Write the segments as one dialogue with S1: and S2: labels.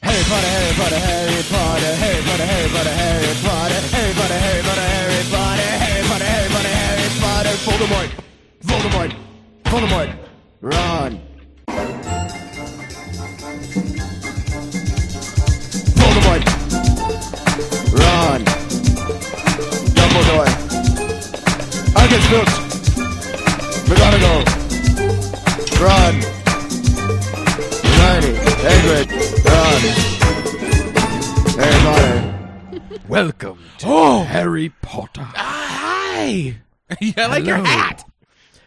S1: Potter, Harry Potter, Harry Potter, Harry Potter, Harry Potter, Harry Potter, Harry Potter, Harry Potter, Harry Potter, Harry Potter, Harry Potter, Harry Potter, Voldemort, Voldemort, Voldemort, Ron. Voldemort, Ron, Dumbledore, Argus Filch, McGonagall, Ron, Hermione, Hagrid, Ron, Harry Potter.
S2: Welcome to Harry Potter.
S3: Hi. I like your
S2: Hello.
S3: hat.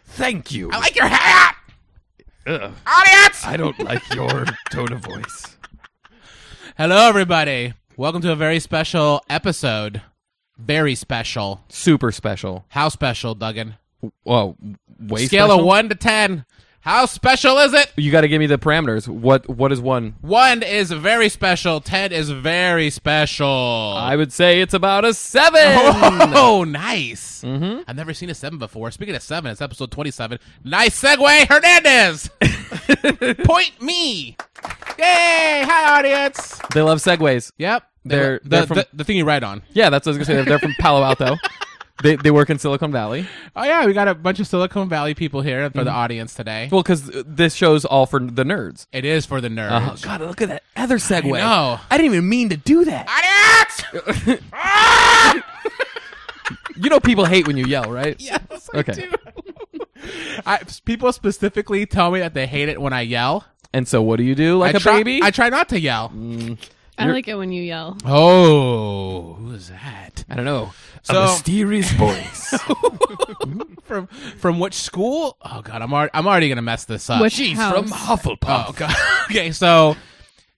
S2: Thank you.
S3: I like your hat.
S2: Ugh,
S3: Audience.
S2: I don't like your tone of voice.
S3: Hello, everybody. Welcome to a very special episode. Very special.
S2: Super special.
S3: How special, Duggan?
S2: Whoa, way
S3: Scale
S2: special?
S3: of one to ten. How special is it?
S2: You got to give me the parameters. What What is one?
S3: One is very special. Ten is very special.
S2: I would say it's about a seven.
S3: Oh, nice. Mm-hmm. I've never seen a seven before. Speaking of seven, it's episode 27. Nice segue, Hernandez. Point me. Yay. Hi, audience.
S2: they love segues.
S3: Yep. They-
S2: They're-
S3: the,
S2: they're from-
S3: the, the thing you write on.
S2: Yeah, that's what I was gonna say. They're, they're from Palo Alto. they They work in Silicon Valley.
S3: Oh, yeah. We got a bunch of Silicon Valley people here for the audience today.
S2: Well, because this show's all for the nerds.
S3: it is for the nerds.
S2: Oh God, look at that other segue.
S3: know.
S2: I didn't even mean to do that.
S3: Audience!
S2: You know, people hate when you yell, right?
S3: yes, I
S2: Okay.
S3: do. I, people specifically tell me that they hate it when I yell.
S2: And so, what do you do, like
S3: I
S2: a
S3: try,
S2: baby?
S3: I try not to yell.
S4: I like it when you yell.
S3: Oh, who's that?
S2: I don't know.
S3: So-
S2: Oh. mysterious voice.
S3: from from which school? Oh god, I'm already I'm already gonna mess this
S2: Uh,
S3: up.
S4: Which house?
S2: Hufflepuff.
S3: oh god. okay, so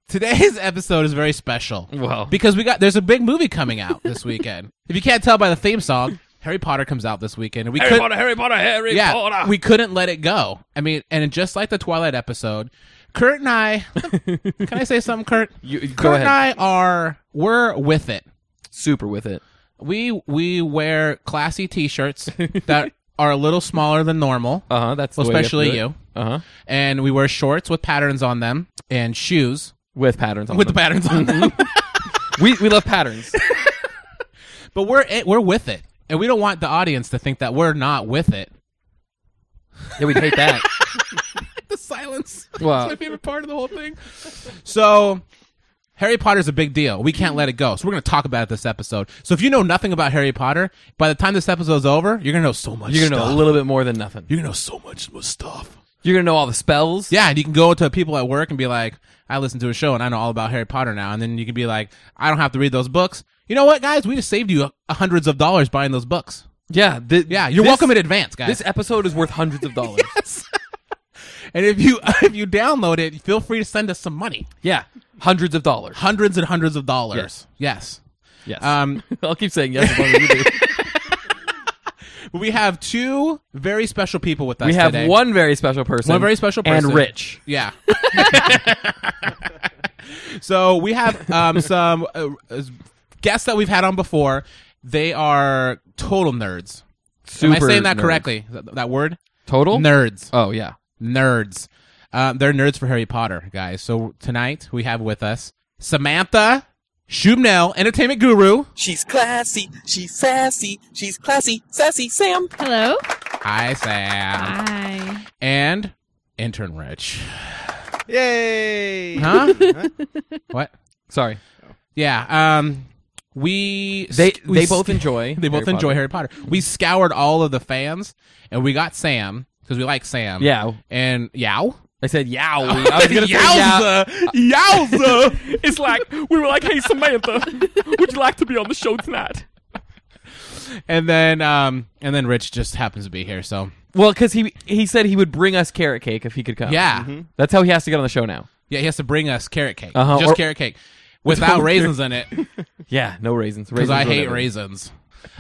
S3: today's episode is very special.
S2: Well.
S3: because we got there's a big movie coming out this weekend. if you can't tell by the theme song, Harry Potter comes out this weekend. And we couldn't-
S2: Harry Potter, Harry
S3: yeah, we couldn't let it go. I mean, and just like the Twilight episode, Kurt and I. can I say something, Kurt?
S2: You-
S3: Kurt
S2: go
S3: and I
S2: ahead.
S3: are we're with it.
S2: Super with it.
S3: We we wear classy T-shirts that are a little smaller than normal,
S2: Uh huh. That's the way
S3: especially you.
S2: Uh huh.
S3: And we wear shorts with patterns on them and shoes
S2: With patterns on
S3: with the
S2: them.
S3: patterns on
S2: Mm-hmm.
S3: them.
S2: we we love patterns.
S3: but we're it, we're with it, and we don't want the audience to think that we're not with it.
S2: yeah, we'd hate that.
S3: the silence.
S2: Wow.
S3: That's my favorite part of the whole thing. So, Harry Potter's a big deal. We can't let it go. So, we're going to talk about it this episode. So, if you know nothing about Harry Potter, by the time this episode's over, you're going to know so much
S2: You're gonna know
S3: stuff.
S2: a little bit more than nothing.
S3: you're going to know so much stuff.
S2: You're gonna know all the spells.
S3: Yeah, and you can go to people at work and be like, I listened to a show and I know all about Harry Potter now. And then you can be like, I don't have to read those books. You know what, guys? We just saved you uh, hundreds of dollars buying those books.
S2: Yeah. thi-
S3: Yeah, you're
S2: this-
S3: welcome in advance, guys.
S2: This episode is worth hundreds of dollars.
S3: and if you if you download it, feel free to send us some money.
S2: Yeah, hundreds of dollars.
S3: hundreds and hundreds of dollars. Yes.
S2: Yes.
S3: Um,
S2: I'll keep saying yes. As long as you do.
S3: we have two very special people with us.
S2: we have
S3: today.
S2: one very special person.
S3: One very special person.
S2: and rich.
S3: Yeah. so we have um, some uh, uh, guests that we've had on before. They are total nerds.
S2: Super
S3: Am I saying that
S2: nerds.
S3: correctly? That, that word?
S2: Total
S3: Nerds.
S2: Oh yeah.
S3: Nerds. Um, they're nerds for Harry Potter, guys. So tonight we have with us Samantha Shumnell, entertainment guru.
S5: She's classy, she's sassy, she's classy, sassy Sam.
S4: Hello.
S3: Hi, Sam.
S4: Hi.
S3: and intern rich
S1: Yay!
S3: huh what
S2: Sorry.
S3: yeah um we
S2: They
S3: we
S2: they
S3: s-
S2: both enjoy.
S3: they both
S2: Harry
S3: enjoy
S2: Potter.
S3: harry potter we scoured all of the fans and we got sam because we like sam
S2: Yeah.
S3: and yow
S2: I said yow. I was gonna say yow.
S3: Yowza! Yowza!
S6: It's like we were like, "Hey Samantha, would you like to be on the show tonight?"
S3: and then um and then rich just happens to be here so
S2: Well, because he he said he would bring us carrot cake if he could come. Mm-hmm.
S3: yeah
S2: That's how he has to get on the show now.
S3: yeah he has to bring us carrot cake
S2: Uh-huh,
S3: just
S2: or-
S3: carrot cake without raisins in it
S2: Yeah. No raisins.
S3: because
S2: Because
S3: I hate raisins.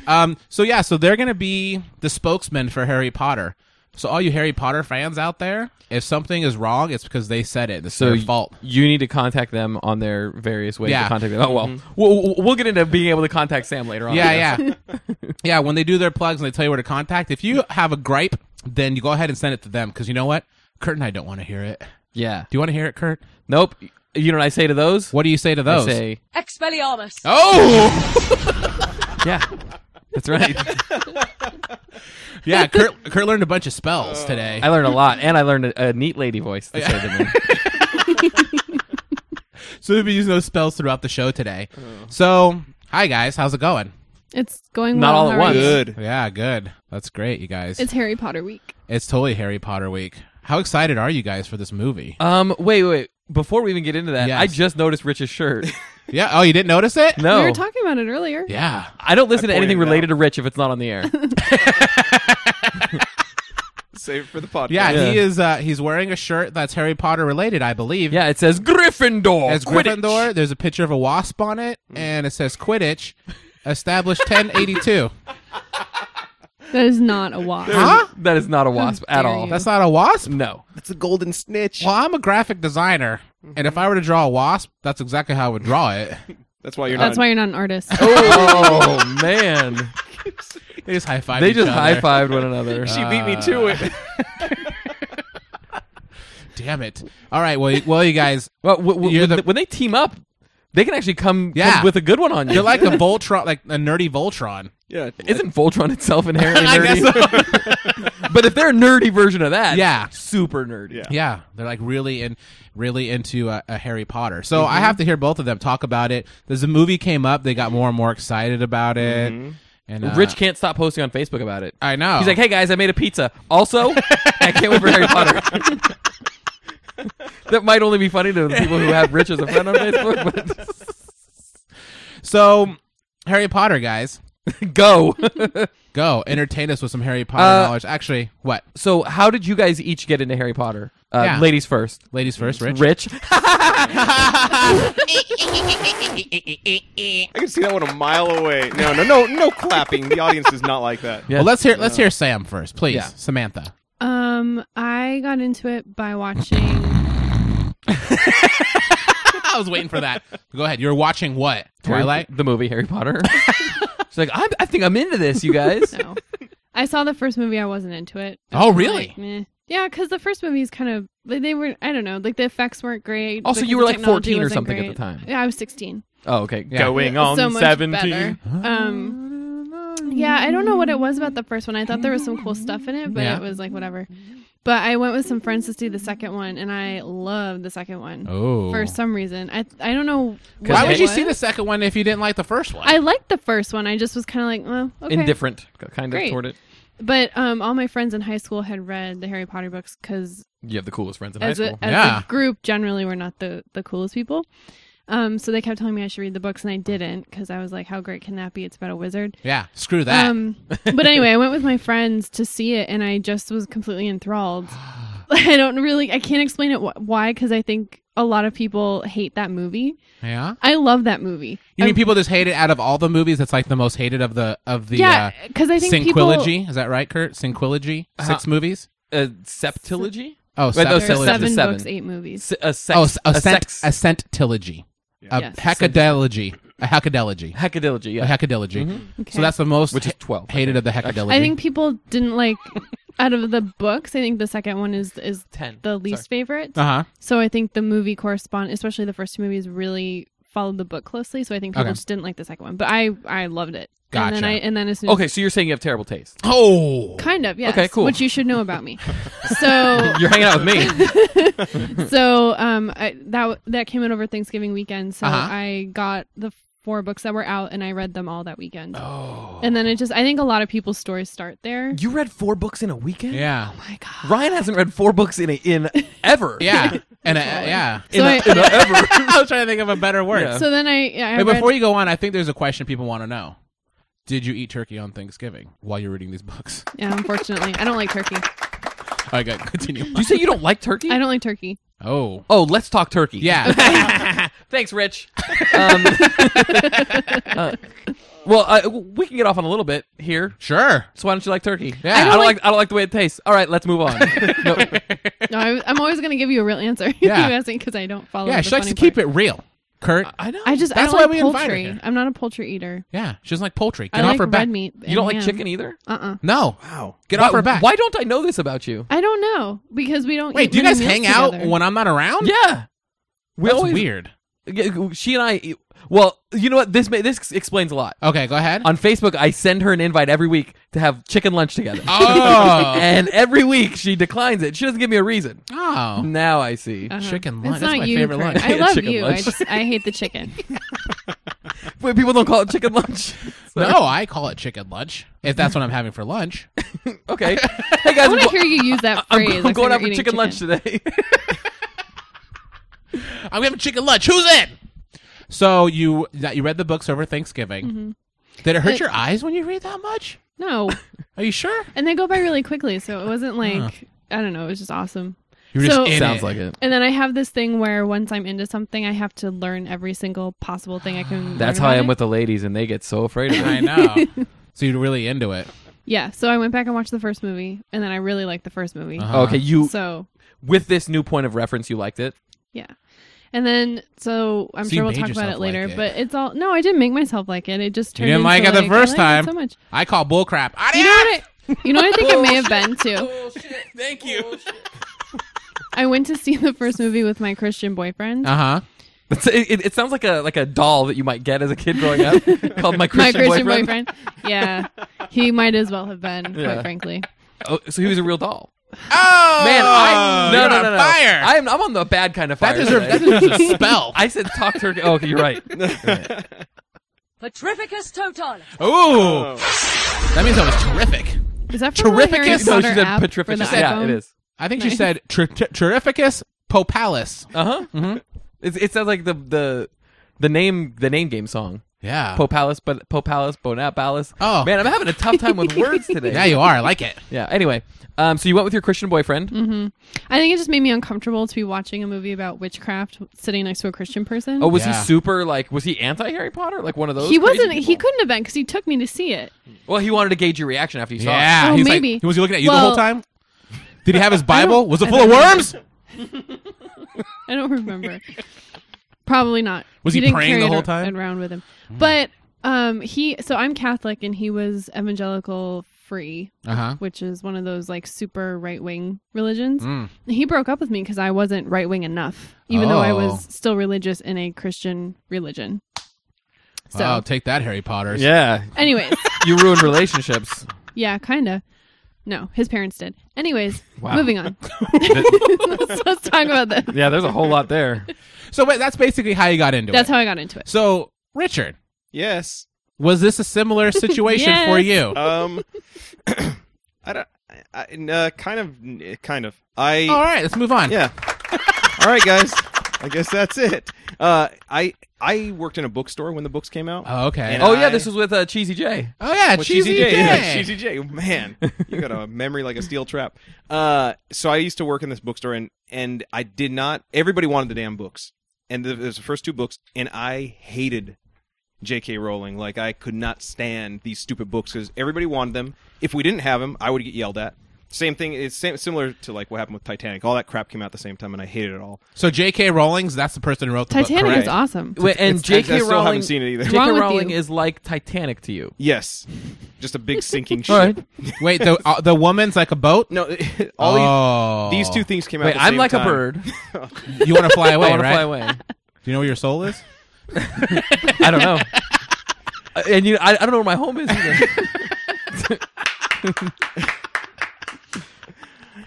S3: Um, so yeah, so they're gonna be the spokesman for Harry Potter. So all you Harry Potter fans out there, if something is wrong, it's because they said it. It's
S2: So
S3: their
S2: y-
S3: fault.
S2: You need to contact them on their various ways
S3: Yeah.
S2: to contact them. Oh well, we'll we'll- we'll get into being able to contact Sam later on. I guess.
S3: Yeah, yeah, yeah. When they do their plugs and they tell you where to contact, if you have a gripe, then you go ahead and send it to them because you know what, Kurt and I don't want to hear it.
S2: Yeah.
S3: Do you want to hear it, Kurt?
S2: Nope. You know what I say to those?
S3: What do you say to those?
S2: I say,
S7: Expelliarmus.
S3: oh,
S2: yeah. That's right.
S3: yeah. Kurt, Kurt learned a bunch of spells today.
S2: Uh, I learned a lot, and I learned a, a neat lady voice. To say to me.
S3: so we've been using those spells throughout the show today.
S2: Uh.
S3: So, hi guys, how's it going?
S4: It's going
S2: Not
S4: well.
S2: all at
S4: how are
S2: once.
S4: you?
S1: Good.
S3: Yeah, good. That's great, you guys.
S4: It's Harry Potter week.
S3: It's totally Harry Potter week. How excited are you guys for this movie?
S2: Um, wait, wait. Before we even get into that,
S3: Yes.
S2: I just noticed Rich's shirt.
S3: yeah. Oh, you didn't notice it?
S2: No,
S4: We were talking about it earlier.
S3: Yeah.
S2: I don't listen
S1: I
S2: to anything
S1: pointed it
S2: related to Rich if it's not on the air.
S1: Save it for the podcast.
S3: yeah. He
S2: Yeah.
S3: is. Uh, he's wearing a shirt that's Harry Potter related, I believe.
S2: yeah, it says Gryffindor.
S3: As
S2: Quidditch. Mm.
S3: Gryffindor, there's a picture of a wasp on it, and it says Quidditch, established 1082.
S4: That is not a wasp.
S3: huh?
S2: That is not a wasp at
S4: dare
S2: all.
S4: you.
S3: That's not a wasp.
S2: No. Mm-hmm.
S1: That's a golden snitch.
S3: Well, I'm a graphic designer, and if I were to draw a wasp, that's exactly how I would draw it.
S1: That's why you're
S4: That's
S1: not.
S4: why you're not an artist.
S2: Oh man,
S3: They just high five.
S2: they just high fived one another.
S1: she beat
S3: Uh,
S1: me to it.
S3: Damn it! All right, well, you- well, you guys,
S2: Well, w- w-
S3: You're
S2: when,
S3: the-
S2: th- when they team up, they can actually come,
S3: Yeah.
S2: come with a good one on you.
S3: you're like a Voltron, like a nerdy Voltron.
S1: yeah.
S2: Isn't Voltron itself inherently
S3: I guess
S2: nerdy? but if they're a nerdy version of that,
S3: Yeah.
S2: super nerdy.
S1: Yeah.
S3: Yeah, they're like really in, really into uh, a Harry Potter. So
S2: Mm-hmm.
S3: I have to hear both of them talk about it. As the movie came up, they got more and more excited about it. And uh,
S2: Mm-hmm. Rich can't stop posting on Facebook about it.
S3: I know
S2: He's like, "Hey guys, I made a pizza. Also, I can't wait for Harry Potter." that might only be funny to the people who have Rich as a friend on Facebook.
S3: so Harry Potter guys,
S2: But go.
S3: go entertain us with some Harry Potter
S2: Uh,
S3: knowledge. Actually, what
S2: so, how did you guys each get into Harry Potter? Uh,
S3: Yeah.
S2: Ladies first.
S3: ladies first, Rich?
S2: Rich.
S1: I can see that one a mile away. No, no, no, no clapping. The audience does not like that.
S2: Yeah.
S3: Well, let's hear let's hear Sam first, please.
S2: Yeah.
S3: Samantha.
S4: um, I got into it by watching.
S3: I was waiting for that. Go ahead. You're watching what? Twilight.
S2: the movie Harry Potter. She's like, I'm, I think I'm into this, you guys.
S4: No, I saw the first movie. I wasn't into it.
S3: Oh, really?
S4: Like, meh. Yeah, because the first movie is kind of like, they were. I don't know. Like the effects weren't great.
S2: Also,
S4: because
S2: you were,
S4: the
S2: like, 14 or
S4: technology wasn't
S2: something at the time.
S4: Yeah, I was sixteen.
S2: Oh, okay.
S3: Yeah.
S6: Going
S4: It was
S6: on
S4: so much
S6: 17.
S4: better. Um, yeah, I don't know what it was about the first one. I thought there was some cool stuff in it, but
S3: Yeah.
S4: it was like whatever. But I went with some friends to see the second one, and I loved the second one
S3: Oh.
S4: for some reason. I I don't know
S3: Why
S4: what
S3: would
S4: it
S3: you see the
S4: was.
S3: second one if you didn't like the first one?
S4: I liked the first one. I just was kind of like, well, okay.
S2: Indifferent, kind of
S4: Great.
S2: toward it.
S4: But um, all my friends in high school had read the Harry Potter books because
S2: You have the coolest friends in
S4: as,
S2: high
S4: a,
S2: school.
S4: as
S3: Yeah.
S4: a group, generally, we're not the, the coolest people. Um, so they kept telling me I should read the books, and I didn't because I was like, how great can that be? It's about a wizard.
S3: yeah. Screw that.
S4: Um, but anyway, I went with my friends to see it, and I just was completely enthralled. I don't really, I can't explain it wh- why, because I think a lot of people hate that movie.
S3: yeah.
S4: I love that movie.
S3: You
S4: I-
S3: mean people just hate it out of all the movies? That's like the most hated of the of the
S4: yeah,
S3: uh,
S4: because I think
S3: Synquilogy.
S4: people.
S3: Is that right, Kurt? Synquilogy. Six movies.
S2: a septilogy?
S3: Oh,
S2: Right, those
S4: There are
S2: Synquilogy.
S4: seven,
S2: Seven.
S4: books, eight movies.
S2: S- a sex,
S3: Oh, s- a,
S2: a
S3: cent,
S2: sex,
S3: a centilogy, a
S4: Yes.
S3: hecadilogy, a hecadilogy,
S2: hecadilogy,
S3: a
S2: yeah,
S3: hecadilogy.
S4: Okay.
S3: So that's the most
S2: which is
S3: ha-
S2: twelve. I
S3: hated
S2: think.
S3: of the hecadilogy.
S4: I think people didn't like. out of the books, I think the second one is is
S2: ten.
S4: the least favorite.
S3: Uh huh.
S4: So I think the movie correspond, especially the first two movies, really followed the book closely. So I think people
S3: Okay.
S4: just didn't like the second one, but I I loved it. And
S3: Gotcha.
S4: then I and then as soon as
S2: Okay, so you're saying you have terrible taste.
S3: Oh.
S4: Kind of, yes.
S2: Okay, cool.
S4: Which you should know about me. so,
S2: You're hanging out with me.
S4: so um, I, that that came in over Thanksgiving weekend. So
S3: Uh-huh.
S4: I got the four books that were out, and I read them all that weekend. Oh. And then it just, I think a lot of people's stories start there.
S2: You read four books in a weekend?
S3: Yeah.
S4: Oh my god.
S2: Ryan hasn't read four books in a, in ever.
S3: Yeah. And uh, yeah.
S4: So I-
S2: In a ever.
S3: I was trying to think of a better word.
S2: Yeah.
S4: So then I, yeah, I
S3: Wait,
S4: read,
S3: before you go on, I think there's a question people want to know. Did you eat turkey on Thanksgiving while you're reading these books?
S4: yeah, unfortunately, I don't like turkey.
S3: All right, good. Continue.
S2: You say you don't like turkey?
S4: I don't like turkey.
S3: Oh.
S2: Oh, let's talk turkey.
S3: Yeah.
S2: Thanks, Rich. Um, uh, well, uh, we can get off on a little bit here.
S3: sure.
S2: So why don't you like turkey?
S3: Yeah. I don't
S2: I don't like,
S4: like-
S2: I don't like the way it tastes. All right, let's move on. No,
S4: No, I, I'm always going to give you a real answer. if
S3: Yeah.
S4: you ask me because I don't follow.
S3: Yeah,
S4: the
S3: she likes
S4: funny
S3: to keep
S4: part.
S3: it real. Kurt.
S2: I know.
S4: I just
S3: That's
S4: I don't
S3: why we
S4: like
S3: invited
S4: poultry.
S3: her.
S4: I'm not a poultry eater.
S3: yeah, she doesn't like poultry. Get
S4: I
S3: off
S4: like
S3: her
S4: red
S3: back.
S4: meat.
S2: you don't like chicken either.
S4: Uh uh
S3: No,
S7: Wow.
S3: get
S2: Why-
S3: off her back.
S2: Why don't I know this about you?
S4: I don't know because we don't.
S3: Wait,
S4: eat
S3: do you
S4: many
S3: guys
S4: meals
S3: hang out
S4: together.
S3: when I'm not
S4: Um,
S3: around?
S2: Yeah. We
S3: That's
S2: always
S3: weird.
S2: Yeah, She and I. Well, you know what? This may, this explains a lot.
S3: Okay, go ahead.
S2: On Facebook, I send her an invite every week to have chicken lunch together.
S3: Oh.
S2: and every week she declines it. She doesn't give me a reason.
S3: oh.
S2: Now I see.
S4: Uh-huh.
S3: Chicken lunch.
S4: It's
S3: That's
S4: not
S3: my
S4: you,
S3: favorite
S4: Kurt.
S3: lunch.
S4: I love
S2: Chicken
S4: you. I
S2: lunch.
S4: just I hate the chicken.
S2: Wait, people don't call it chicken lunch. So-
S3: No, I call it chicken lunch if that's what I'm having for lunch.
S2: Okay. Hey
S4: I
S2: guys,
S4: want
S2: I'm
S4: to
S2: go-
S4: hear you use that
S2: I'm,
S4: phrase.
S2: I'm going out for
S4: eating
S2: chicken, lunch today.
S3: I'm having chicken lunch. Who's in? So you that you read the books over Thanksgiving. Did it hurt
S4: Mm-hmm. It-
S3: your eyes when you read that much?
S4: No,
S3: Are you sure?
S4: and they go by really quickly, so it wasn't like I don't know. It was just awesome.
S3: You're
S4: So-
S3: in
S2: Sounds like it.
S4: And then I have this thing where once I'm into something, I have to learn every single possible thing I can.
S2: That's
S4: learn
S2: how I
S4: about
S2: am
S4: it.
S2: with the ladies, and they get so afraid of
S3: I
S2: it.
S3: know. so you're really into it.
S4: Yeah, so I went back and watched the first movie, and then I really liked the first movie.
S3: Uh-huh.
S2: okay, you
S4: So
S2: with this new point of reference, you liked it.
S4: yeah, and then so I'm
S3: So you
S4: sure we'll
S3: made
S4: talk about
S3: yourself
S4: it later.
S3: like it.
S4: But it's all no, I didn't make myself like it. It just
S3: You
S4: turned
S3: didn't like
S4: into,
S3: it the first
S4: I
S3: time.
S4: like it so much.
S3: I call bull crap.
S4: You know what? I, you know what I think it may have been too.
S3: Thank you.
S4: I went to see the first movie with my Christian boyfriend.
S3: Uh huh.
S2: It's- It, it, it sounds like a like a doll that you might get as a kid growing up called my
S4: my
S2: Christian,
S4: Christian boyfriend. Yeah, he might as well have been,
S2: Yeah.
S4: quite frankly.
S2: Oh, so he was a real doll.
S3: Oh
S2: Man, I no
S3: you're
S2: no
S3: on
S2: no no.
S3: fire.
S2: I'm I'm on the bad kind of fire.
S3: that deserves
S2: today.
S3: that deserves a spell.
S2: I said talk to her. Oh, okay, you're right.
S8: Petrificus totalis.
S4: Oh.
S3: Ooh, that means I was terrific.
S4: Is that from the Harry
S3: Terrificus?
S2: No,
S4: Potter
S2: she said
S4: app for
S2: petrificus.
S4: the
S2: Yeah,
S4: iPhone?
S2: it is.
S3: I think she said ter- ter- terrificus popalis.
S2: Uh huh. Mm-hmm. It, it sounds like the the the name the name game song.
S3: Yeah.
S2: Popalis, but Popalis, Bonapalis.
S3: Oh.
S2: man, I'm having a tough time with words today.
S3: yeah, you are. I like it.
S2: Yeah, Anyway, um, so you went with your Christian boyfriend.
S4: I think it just made me uncomfortable to be watching a movie about witchcraft sitting next to a Christian person.
S2: Oh, was
S3: Yeah.
S2: he super like? Was he anti Harry Potter? Like one of those?
S4: he
S2: crazy
S4: wasn't. He
S2: people?
S4: couldn't have been because he took me to see it.
S2: Well, he wanted to gauge your reaction after you saw it.
S3: Yeah.
S4: Oh,
S3: he's like-
S4: maybe.
S3: was he looking at you the
S4: Well-
S3: whole time? Did he have his Bible? Was it
S4: I
S3: full of
S4: don't know.
S3: worms?
S4: I don't remember. Probably not.
S3: Was he
S4: didn't
S3: praying
S4: carry
S3: the
S4: it
S3: whole
S4: ar-
S3: time? Hmm.
S4: around with him? But um, he. So I'm Catholic, and he was evangelical free,
S3: Uh huh.
S4: which is one of those like super right wing religions.
S3: Hmm.
S4: He broke up with me because I wasn't right wing enough, even though I was
S3: Oh.
S4: still religious in a Christian religion. So
S3: Wow, take that, Harry Potter.
S2: Yeah,
S4: Anyways,
S2: you ruined relationships.
S4: yeah, kinda. No, his parents did. Anyways,
S2: Wow.
S4: moving on. let's, let's talk about this.
S2: Yeah, there's a whole lot there.
S3: So wait, that's basically how you got into
S4: That's
S3: it.
S4: how I got into it.
S3: so Richard,
S7: Yes.
S3: was this a similar situation
S4: Yes.
S3: for you?
S7: Um. I don't. I, I- uh, kind of. Kind of. I.
S3: All right, let's move on.
S7: Yeah. All right, guys. I guess that's it. Uh, I I worked in a bookstore when the books came out.
S3: Oh, okay.
S7: And
S3: oh,
S2: Oh yeah,
S7: I-
S2: this was with uh, Cheesy E J. Oh,
S3: oh, yeah,
S7: Well,
S3: cheesy
S7: J,
S3: J.
S7: yeah, Cheesy J. Man, you got a memory like a steel trap. Uh, so I used to work in this bookstore, and and I did not. Everybody wanted the damn books, and th- there's the first two books, and I hated J.K. Rowling. Like I could not stand these stupid books because everybody wanted them. If we didn't have them, I would get yelled at. Same thing. It's same, similar to like what happened with Titanic. All that crap came out at the same time, and I hated it all.
S3: So J.K. Rowling's that's the person who wrote the book,
S4: Titanic
S3: correct?
S4: is awesome.
S2: Wait, and
S7: I- I
S2: J.K.
S7: still haven't
S2: Rowling.
S7: seen it either.
S2: J.K.
S4: Wrong with
S2: Rowling
S4: you.
S2: is like Titanic to you.
S7: Yes, just a big sinking ship.
S2: All right.
S3: Wait, the uh, the woman's like a boat.
S7: No, all these-
S3: oh.
S7: these, two things came out.
S2: Wait,
S7: at the
S2: I'm
S7: same
S2: like a
S7: time.
S2: bird.
S3: You want to fly away,
S2: I want
S3: right?
S2: to fly away.
S3: Do you know where your soul is?
S2: I don't know. Uh, and you, I, I don't know where my home is either.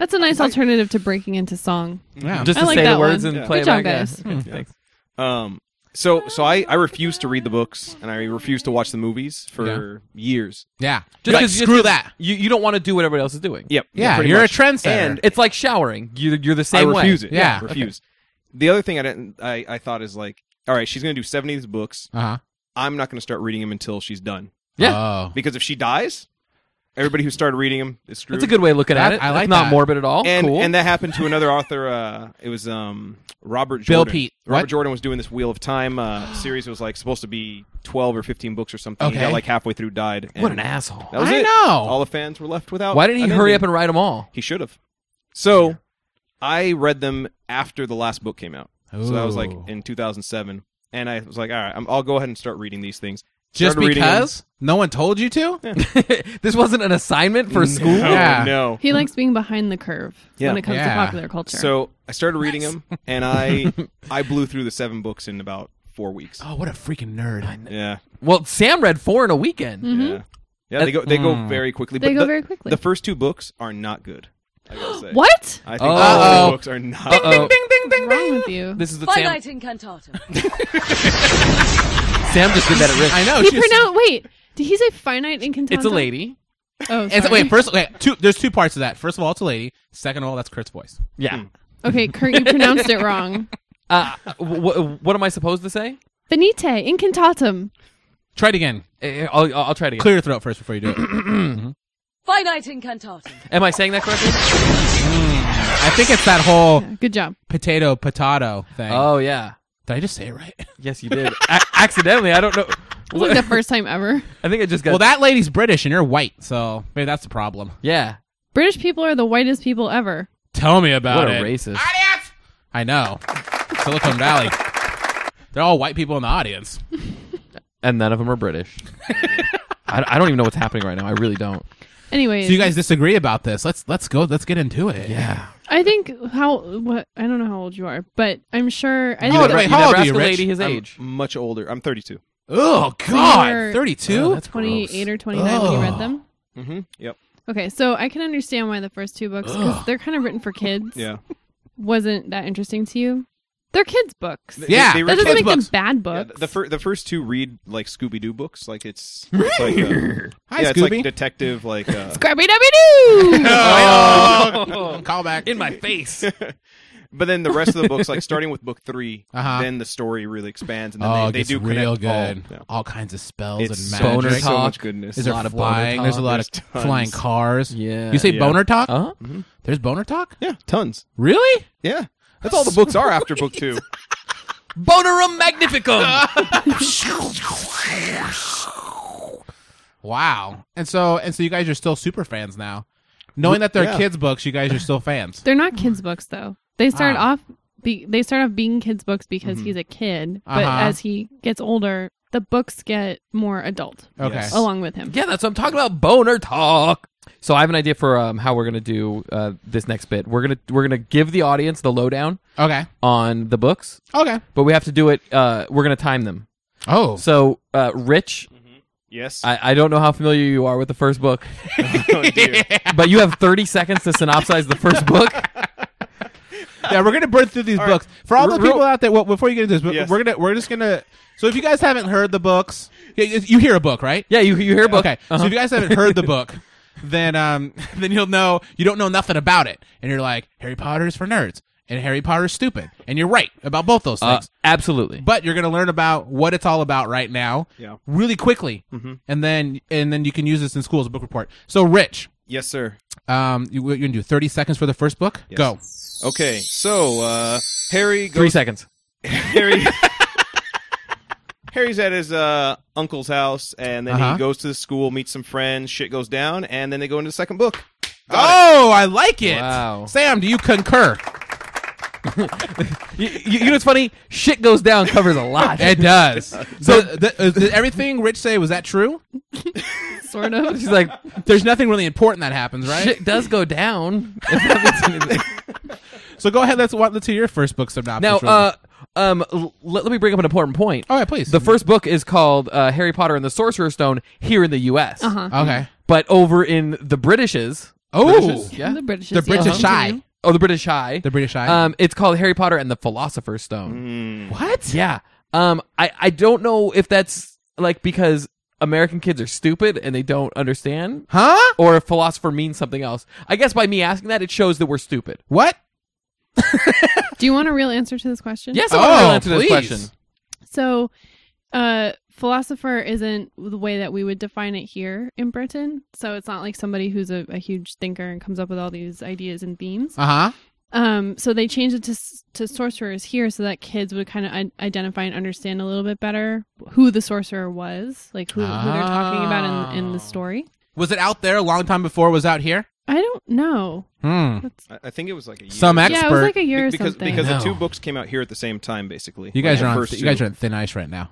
S4: That's a nice alternative to breaking into song.
S3: Yeah.
S2: Just
S4: I
S2: to
S4: like
S2: say the
S4: that
S2: words
S4: one.
S2: and
S7: Yeah.
S2: play
S4: Good
S2: it
S4: job,
S2: back.
S4: guys.
S2: Yeah. Okay, thanks.
S7: Um, so so I I refused to read the books and I refused to watch the movies for years.
S3: yeah.
S2: Just
S3: Just
S2: 'cause- just
S3: screw
S2: 'cause
S3: that.
S2: You, you don't want to do what everybody else is doing.
S7: Yep.
S3: Yeah,
S7: pretty
S3: you're
S7: much.
S3: a trendsetter.
S7: And
S2: It's like showering. You're, you're the
S7: I
S2: same way.
S7: refuse it.
S3: Yeah, okay.
S7: refuse. The other thing I didn't I I thought is like, all right, she's gonna do seventy of these books.
S3: Uh huh.
S7: I'm not gonna start reading them until she's done
S2: Yeah.
S3: Oh.
S7: because if she dies, everybody who started reading them is screwed.
S2: That's a good way of looking at
S3: That-
S2: it.
S3: I
S2: That's
S3: like
S2: not
S3: that.
S2: morbid at all.
S7: And
S2: cool.
S7: and that happened to another author. Uh, it was um Robert
S3: Bill
S7: Jordan.
S3: Peet.
S7: Robert
S3: What?
S7: Jordan was doing this Wheel of Time uh, series. It was like supposed to be twelve or fifteen books or something. He
S3: Okay.
S7: got like halfway through, died.
S2: what
S7: and
S2: an asshole.
S7: That was
S3: I
S7: it.
S3: know.
S7: All the fans were left without.
S2: Why didn't he
S7: an
S2: hurry up
S7: ending.
S2: and write them all?
S7: He should have. So I read them after the last book came out. So that was like
S3: Ooh.
S7: in 2007. and I was like, all right, I'm, I'll go ahead and start reading these things.
S3: Just
S7: Started reading them.
S3: because no one told you to?
S2: this wasn't an assignment for school.
S7: No,
S3: Yeah.
S7: Oh, no.
S4: He likes being behind the curve
S7: Yeah.
S4: when it comes
S3: Mm-hmm. Yeah.
S4: to popular culture.
S7: So I started reading them, and I I blew through the seven books in about four weeks.
S3: Oh, what a freaking nerd!
S7: Yeah,
S2: Well, Sam read four in a weekend.
S4: Mm.
S7: yeah, yeah. They go they go very quickly.
S4: Hmm? they
S7: but
S4: go
S7: the,
S4: very quickly.
S7: The first two books are not good. I gotta say.
S4: what?
S7: I think
S2: Oh.
S7: the first
S3: Uh-oh.
S7: two books are not.
S2: Uh-oh.
S4: What's wrong with you?
S2: This is the Sam.
S8: Twilight Incantatum.
S2: Sam just did that at risk.
S3: I know.
S4: he
S3: uh, she's-
S4: pronounced. Wait, did he say finite incantatum?
S2: It's a lady.
S4: Oh,
S3: It's-
S4: sorry.
S3: wait, first, wait, two, there's two parts to that. First of all, it's a lady. Second of all, that's Kurt's voice.
S2: Yeah.
S4: Okay, Kurt, you pronounced it wrong.
S2: Uh, wh- what am I supposed to say?
S4: Venite incantatum.
S3: Try it again.
S2: Eh, I'll, I'll try it again.
S3: Clear your throat first before you do it.
S8: Finite Incantatum.
S2: Am I saying that correctly?
S3: I think it's that whole
S4: Good job.
S3: potato potato thing.
S2: Oh yeah.
S3: Did I just say it right?
S2: Yes, you did. A- accidentally, I don't know.
S4: It's like the first time ever.
S2: I think I just got.
S3: Well, that lady's British and you're white, so maybe that's the problem.
S2: yeah.
S4: British people are the whitest people ever.
S3: Tell me about
S2: What a
S3: it.
S2: racist.
S3: Audience! I know. Silicon Valley. They're all white people in the audience.
S2: And none of them are British. I, I don't even know what's happening right now. I really don't.
S4: Anyway,
S3: So you guys disagree about this. Let's let's go. Let's get into it.
S2: Yeah.
S4: I think how what I don't know how old you are, but I'm sure I
S3: You
S4: think
S3: never- wait,
S2: you
S3: how
S2: never
S3: old are
S2: ask
S3: you,
S2: a
S3: Rich?
S2: lady his
S7: I'm
S2: age.
S7: much older. I'm 32.
S3: Oh
S4: you're-
S3: God.
S2: Oh,
S3: Thirty-two.
S2: that's
S4: 28
S2: gross.
S4: or 29 when you read
S3: Ugh.
S4: them.
S7: Mm-hmm. Yep.
S4: Okay, so I can understand why the first two books, because they're kind of written for kids,
S7: Yeah.
S4: wasn't that interesting to you. They're kids' books.
S7: They-
S3: Yeah.
S7: they were
S4: that doesn't
S7: kids'
S4: make
S3: books.
S4: them bad
S7: Yeah,
S4: books.
S7: the, the, fir- the first two read like Scooby Doo books. Like it's, it's like uh,
S3: Hi,
S7: yeah, it's
S3: Scooby.
S7: like detective. Like uh,
S4: Scrappy Dubby Doo!
S3: Oh. Call back in my face.
S7: but then the rest of the books, like starting with book 3
S3: Uh-huh.
S7: then the story really expands, and then
S3: Oh,
S7: they,
S3: it
S7: they
S3: gets
S7: do connect
S3: real
S7: all-
S3: good.
S7: yeah.
S3: All kinds of spells
S7: It's
S3: and
S7: so
S3: magic.
S2: boner
S7: there's so
S2: talk.
S7: much goodness.
S3: There's
S2: a
S3: a
S2: lot of boner
S3: flying. There's a
S2: talk.
S3: lot
S7: There's
S3: of flying
S7: tons.
S3: cars.
S2: Yeah.
S3: You say
S7: Yeah.
S3: boner talk?
S2: Uh huh.
S3: There's boner talk?
S7: yeah, tons.
S3: Really?
S7: Yeah, that's all the books are after book two.
S2: Bonerum magnificum.
S3: Wow. And so and so you guys are still super fans now. Knowing that they're
S7: Yeah.
S3: kids books, you guys are still fans.
S4: They're not kids' books though. They start
S3: Ah. Mm-hmm.
S4: off be, they start off being kids' books because he's a kid, but
S3: Uh-huh.
S4: as he gets older, the books get more adult
S3: Okay.
S7: Yes.
S4: along with him.
S2: yeah, that's what I'm talking about. Boner talk. So I have an idea for um, how we're gonna do uh, this next bit. We're gonna we're gonna give the audience the lowdown
S3: Okay.
S2: on the books,
S3: Okay.
S2: but we have to do it. Uh, we're gonna time them.
S3: Oh.
S2: So, uh, Rich,
S7: Yes.
S2: I, I don't know how familiar you are with the first book,
S7: oh, dear.
S2: but you have 30 seconds to synopsize the first book.
S3: yeah, we're gonna burn through these books for all the
S2: Re- real-
S3: people out there. Well, before you get into this, but
S7: Yes.
S3: we're gonna we're just gonna. So if you guys haven't heard the books, you, you hear a book, right?
S2: Yeah, you you hear a book.
S3: Okay. So
S2: Uh-huh.
S3: if you guys haven't heard the book, then um then you'll know you don't know nothing about it, and you're like Harry Potter's for nerds and Harry Potter's stupid, and you're right about both those
S2: Uh,
S3: things.
S2: absolutely.
S3: but you're gonna learn about what it's all about right now,
S7: Yeah.
S3: really quickly, and then and then you can use this in school as a book report. So Rich,
S7: yes, sir.
S3: um, you, you're gonna do 30 seconds for the first book.
S7: Yes.
S3: Go.
S7: Okay, so uh, Harry
S2: Three
S7: goes.
S2: seconds.
S7: Harry. Harry's at his uh, uncle's house, and then
S3: Uh-huh.
S7: he goes to the school, meets some friends, shit goes down, and then they go into the second book.
S3: oh, I like it.
S2: Wow.
S3: Sam, do you concur?
S2: You, you, you know what's funny? Shit goes down covers a lot.
S3: It does.
S2: So-
S3: so the, uh, did everything Rich say was that true?
S4: Sort of.
S2: She's like,
S3: There's nothing really important that happens, right?
S2: shit does go down. If that makes any-
S3: So go ahead. Let's wa- let's hear your first book synopsis.
S2: now,
S3: Roman.
S2: uh, um, l- let, let me bring up an important point.
S3: all right, please.
S2: The first book is called uh, Harry Potter and the Sorcerer's Stone here in the U.S.,
S4: Uh-huh.
S3: okay.
S2: but over in the British's,
S3: Oh,
S2: yeah,
S4: The British
S3: the British
S4: is
S3: shy.
S2: oh, the British High,
S3: The British Eye.
S2: um, it's called Harry Potter and the Philosopher's Stone.
S7: Mm.
S3: what?
S2: Yeah. Um, I, I don't know if that's like because American kids are stupid and they don't understand,
S3: Huh?
S2: or if philosopher means something else. I guess by me asking that, it shows that we're stupid.
S3: What?
S4: Do you want a real answer to this question?
S2: Yes, I want a real
S3: Oh,
S2: answer to this
S3: please.
S2: question.
S4: So, uh, philosopher isn't the way that we would define it here in Britain. So it's not like somebody who's a, a huge thinker and comes up with all these ideas and themes.
S2: Uh-huh.
S3: Uh huh.
S4: Um, so they changed it to s- to sorcerers here, so that kids would kind of I- identify and understand a little bit better who the sorcerer was, like who, who they're talking about in, in
S3: Oh.
S4: the story.
S3: Was it out there a long time before it was out here?
S4: I don't know.
S3: Hmm.
S7: Oh! I, I think it was like a year.
S3: Some ex-
S4: Yeah, it
S3: Expert.
S4: was like a
S7: Be-
S4: year or
S7: because
S4: something.
S7: because the two
S3: No.
S7: books came out here at the same time, basically.
S3: You guys are
S7: Like, the
S3: on.
S7: first
S3: You guys
S7: two.
S3: are on thin ice right now.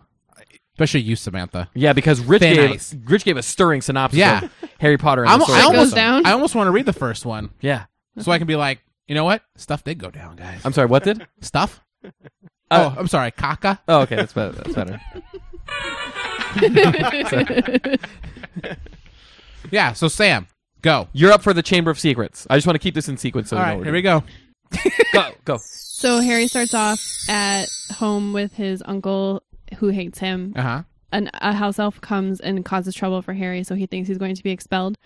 S3: Especially you, Samantha.
S2: Yeah, because Rich
S3: Thin
S2: gave
S3: ice.
S2: Rich gave a stirring synopsis
S3: Yeah.
S2: of Harry Potter and
S3: I'm-
S2: the Sorcerer's
S3: I almost,
S2: Stone.
S4: down.
S3: I almost want to read the first one
S2: Yeah.
S3: so I can be like, you know what? Stuff did go down, guys.
S2: I'm sorry, what did?
S3: Stuff?
S2: Uh,
S3: oh, I'm sorry. Caca?
S2: Oh, okay, that's better. That's better.
S3: Yeah, so Sam, go.
S2: You're up for the Chamber of Secrets. I just want to keep this in sequence so
S3: All
S2: we
S3: right,
S2: know
S3: here we go.
S2: go. Go, go.
S4: So Harry starts off at home with his uncle who hates him.
S3: Uh huh.
S4: An, a house elf comes and causes trouble for Harry, so he thinks he's going to be expelled.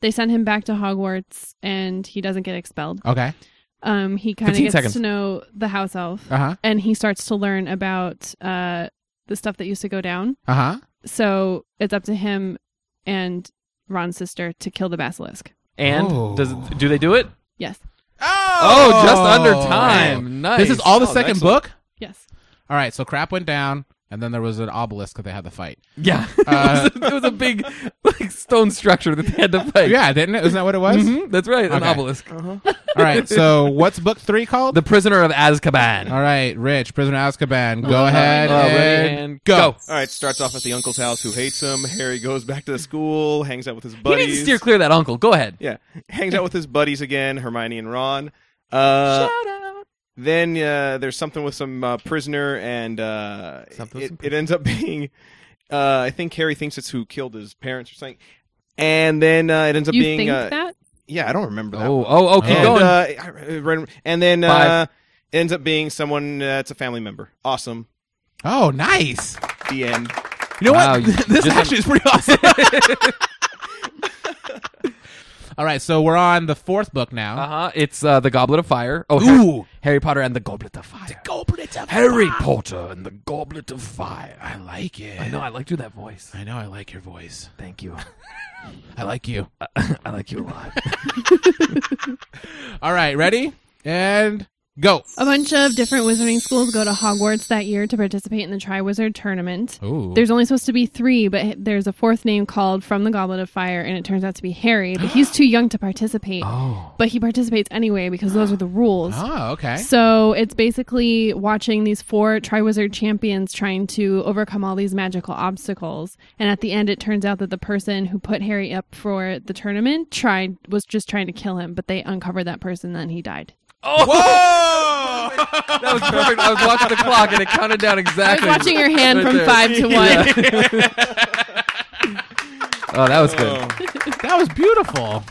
S4: They send him back to Hogwarts, and he doesn't get expelled.
S3: Okay.
S4: Um, he kind of
S2: 15
S4: gets
S2: seconds.
S4: to know the house elf,
S3: Uh huh.
S4: and he starts to learn about uh, the stuff that used to go down.
S3: Uh huh.
S4: So it's up to him and Ron's sister to kill the basilisk.
S2: And
S3: Oh.
S2: does do they do it?
S4: Yes,
S2: Oh, just under time. Nice.
S3: This is all the
S7: Oh,
S3: second
S7: excellent.
S3: book?
S4: yes.
S3: All right, so crap went down, and then there was an obelisk that they had to fight.
S2: Yeah.
S3: Uh,
S2: it, was a, it was a big like stone structure that they had to fight.
S3: Yeah, didn't it? Isn't that what it was?
S7: Mm-hmm.
S2: Mhm, that's right. An
S3: Okay. Uh-huh.
S2: obelisk.
S3: All right, so what's book three called?
S2: The Prisoner of Azkaban.
S3: all right, Rich, Prisoner of Azkaban. Go ahead
S2: Alright,
S3: and,
S2: and
S3: go.
S7: All right, starts off at the uncle's house who hates him. Harry goes back to the school, hangs out with his
S2: He
S7: buddies.
S2: didn't steer clear of that uncle. Go ahead.
S7: Yeah, hangs out with his buddies again, Hermione and Ron. Uh, Shout out. Then uh, there's something with some uh, prisoner, and uh,
S2: Something with
S7: it,
S2: some
S7: it ends up being. Uh, I think Harry thinks it's who killed his parents or something, and then uh, it ends up
S4: you
S7: being.
S4: think
S7: uh,
S4: that?
S7: Yeah, I don't remember that.
S2: Oh, oh, oh, keep
S3: And,
S7: and,
S2: going.
S7: uh, I- I read- and then uh,
S2: Five.
S7: ends up being someone that's a family member. Awesome.
S3: Oh, nice.
S7: The end.
S3: You know
S2: Wow,
S3: what?
S2: you-
S3: this actually is pretty awesome. All right, so we're on the fourth book now.
S2: uh-huh. It's uh, the Goblet of Fire. Oh,
S3: Ooh.
S2: Harry, Harry Potter and the Goblet of Fire.
S3: Goblet of
S2: Harry Potter and the Goblet of Fire.
S3: I like it.
S2: I know. I like do that voice.
S3: I know. I like your voice.
S2: Thank you.
S3: I like you.
S2: I like you a lot.
S3: All right, ready and go.
S4: A bunch of different wizarding schools go to Hogwarts that year to participate in the Triwizard Tournament.
S3: Ooh.
S4: There's only supposed to be three, but h- there's a fourth name called from the Goblet of Fire, and it turns out to be Harry, but he's too young to participate.
S2: oh.
S4: But he participates anyway because those are the rules.
S3: oh, okay.
S4: So it's basically watching these four Triwizard champions trying to overcome all these magical obstacles. And at the end, it turns out that the person who put Harry up for the tournament tried was just trying to kill him, but they uncovered that person, then he died.
S2: That was perfect. I was watching the clock and it counted down
S4: I was
S2: exactly.
S4: watching your hand
S2: Right
S4: from
S2: there.
S4: five to one.
S2: Oh, that was good.
S3: that was beautiful.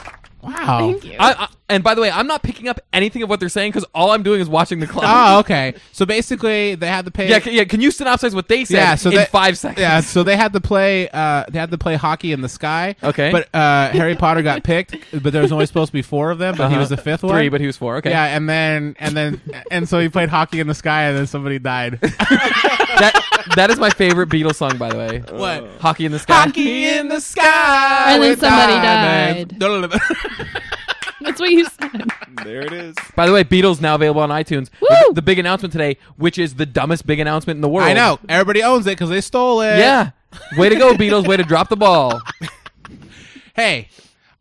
S3: Wow.
S4: Thank you.
S2: I, I, and by the way, I'm not picking up anything of what they're saying because all I'm doing is watching the clock.
S3: Oh, okay. So basically, they had to pay.
S2: yeah, c- yeah. Can you synopsize what they said
S3: Yeah, so
S2: in
S3: that-
S2: five seconds?
S3: Yeah, so they had to play. Uh, they had to play hockey in the sky.
S2: Okay.
S3: but uh, Harry Potter got picked, but there was only supposed to be four of them, but he was the fifth one.
S2: Uh-huh. Three, but he was four. Okay.
S3: yeah, and then and then and so he played hockey in the sky, and then somebody died.
S2: That, that is my favorite Beatles song, by the way.
S3: what?
S2: Hockey in the sky.
S3: the sky,
S4: And then
S3: with
S4: somebody
S3: diamonds.
S4: died. That's what you said.
S7: There it is.
S2: By the way, Beatles now available on iTunes.
S4: Woo!
S2: The, the big announcement today, which is the dumbest big announcement in the world.
S3: I know everybody owns it because they stole it.
S2: Yeah. Way to go, Beatles. Way to drop the ball.
S3: Hey,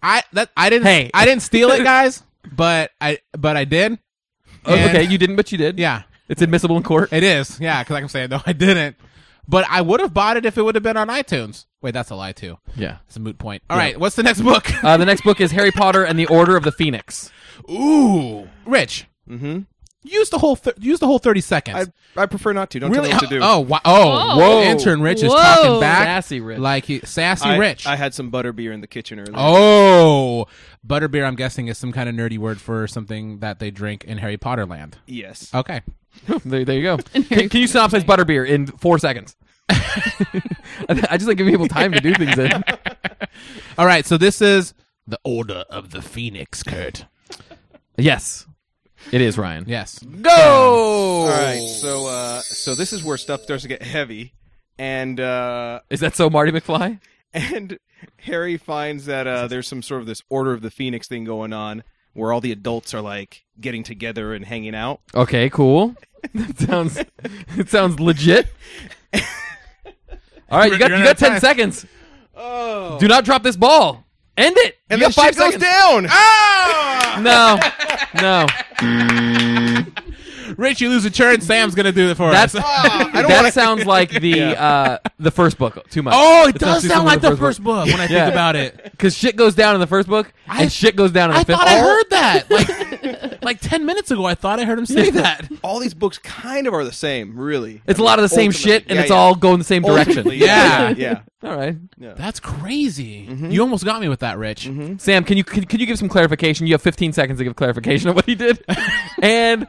S3: I that I didn't.
S2: Hey.
S3: I didn't steal it, guys. But I but I did. And-
S2: Oh, okay, you didn't, but you did.
S3: Yeah,
S2: It's admissible in court.
S3: it is. Yeah, because I can say no, I didn't. But I would have bought it if it would have been on iTunes. Wait, that's a lie too.
S2: Yeah.
S3: It's a moot point. All right, what's the next book?
S2: Uh, the next book is Harry Potter and the Order of the Phoenix.
S3: Ooh, Rich.
S7: Mhm.
S3: Use the whole th- use the whole thirty seconds.
S7: I, I prefer not to. Don't
S3: really?
S7: tell me what to do.
S3: Oh, wow. oh,
S2: Whoa.
S3: Intern Rich is
S4: Whoa.
S3: talking back,
S2: Sassy Rich.
S3: like he sassy
S7: I,
S3: Rich.
S7: I had some butterbeer in the kitchen earlier.
S3: oh, butterbeer. I'm guessing is some kind of nerdy word for something that they drink in Harry Potter land.
S7: Yes.
S3: Okay.
S2: There, there you go. Can, can you synopsize Butterbeer in four seconds? I I just like giving people time to do things. In.
S3: All right. So this is the Order of the Phoenix, Kurt.
S2: Yes, it is Ryan.
S3: Yes.
S2: Go.
S7: All right. So uh, so this is where stuff starts to get heavy, and uh,
S2: Is that so, Marty McFly?
S7: and Harry finds that uh, there's some sort of this Order of the Phoenix thing going on, where all the adults are like getting together and hanging out.
S2: Okay, cool. That sounds. It sounds legit. All right, you got
S3: You're
S2: you
S3: out of
S2: got ten
S3: time.
S2: seconds.
S7: Oh.
S2: Do not drop this ball. End it.
S7: And
S2: you
S7: then
S2: have five
S7: shit goes
S2: seconds. Ah!
S7: down.
S3: Oh!
S2: No, no.
S3: Rich, you lose a turn. Sam's gonna do it for
S2: That's
S3: us.
S7: Ah, I don't
S2: that
S7: wanna-
S2: sounds like the uh, the first book too much.
S3: Oh, it
S2: It sounds
S3: does
S2: too
S3: sound
S2: similar
S3: like
S2: to
S3: the first book when I
S2: Yeah.
S3: think about it.
S2: because shit goes down in the first book
S3: I-
S2: and shit goes down in the
S3: I
S2: fifth.
S3: thought I
S2: Oh,
S3: heard that like like ten minutes ago. I thought I heard him say that.
S7: All these books kind of are the same, really.
S2: It's a lot of the same shit, and
S7: Yeah,
S2: it's
S7: yeah.
S2: all going the same direction.
S7: Ultimately, yeah,
S3: Yeah.
S7: yeah.
S2: All right,
S3: That's crazy. You almost got me with that, Rich.
S2: Mm. Sam, can you can, can you give some clarification? You have 15 seconds to give clarification of what he did, and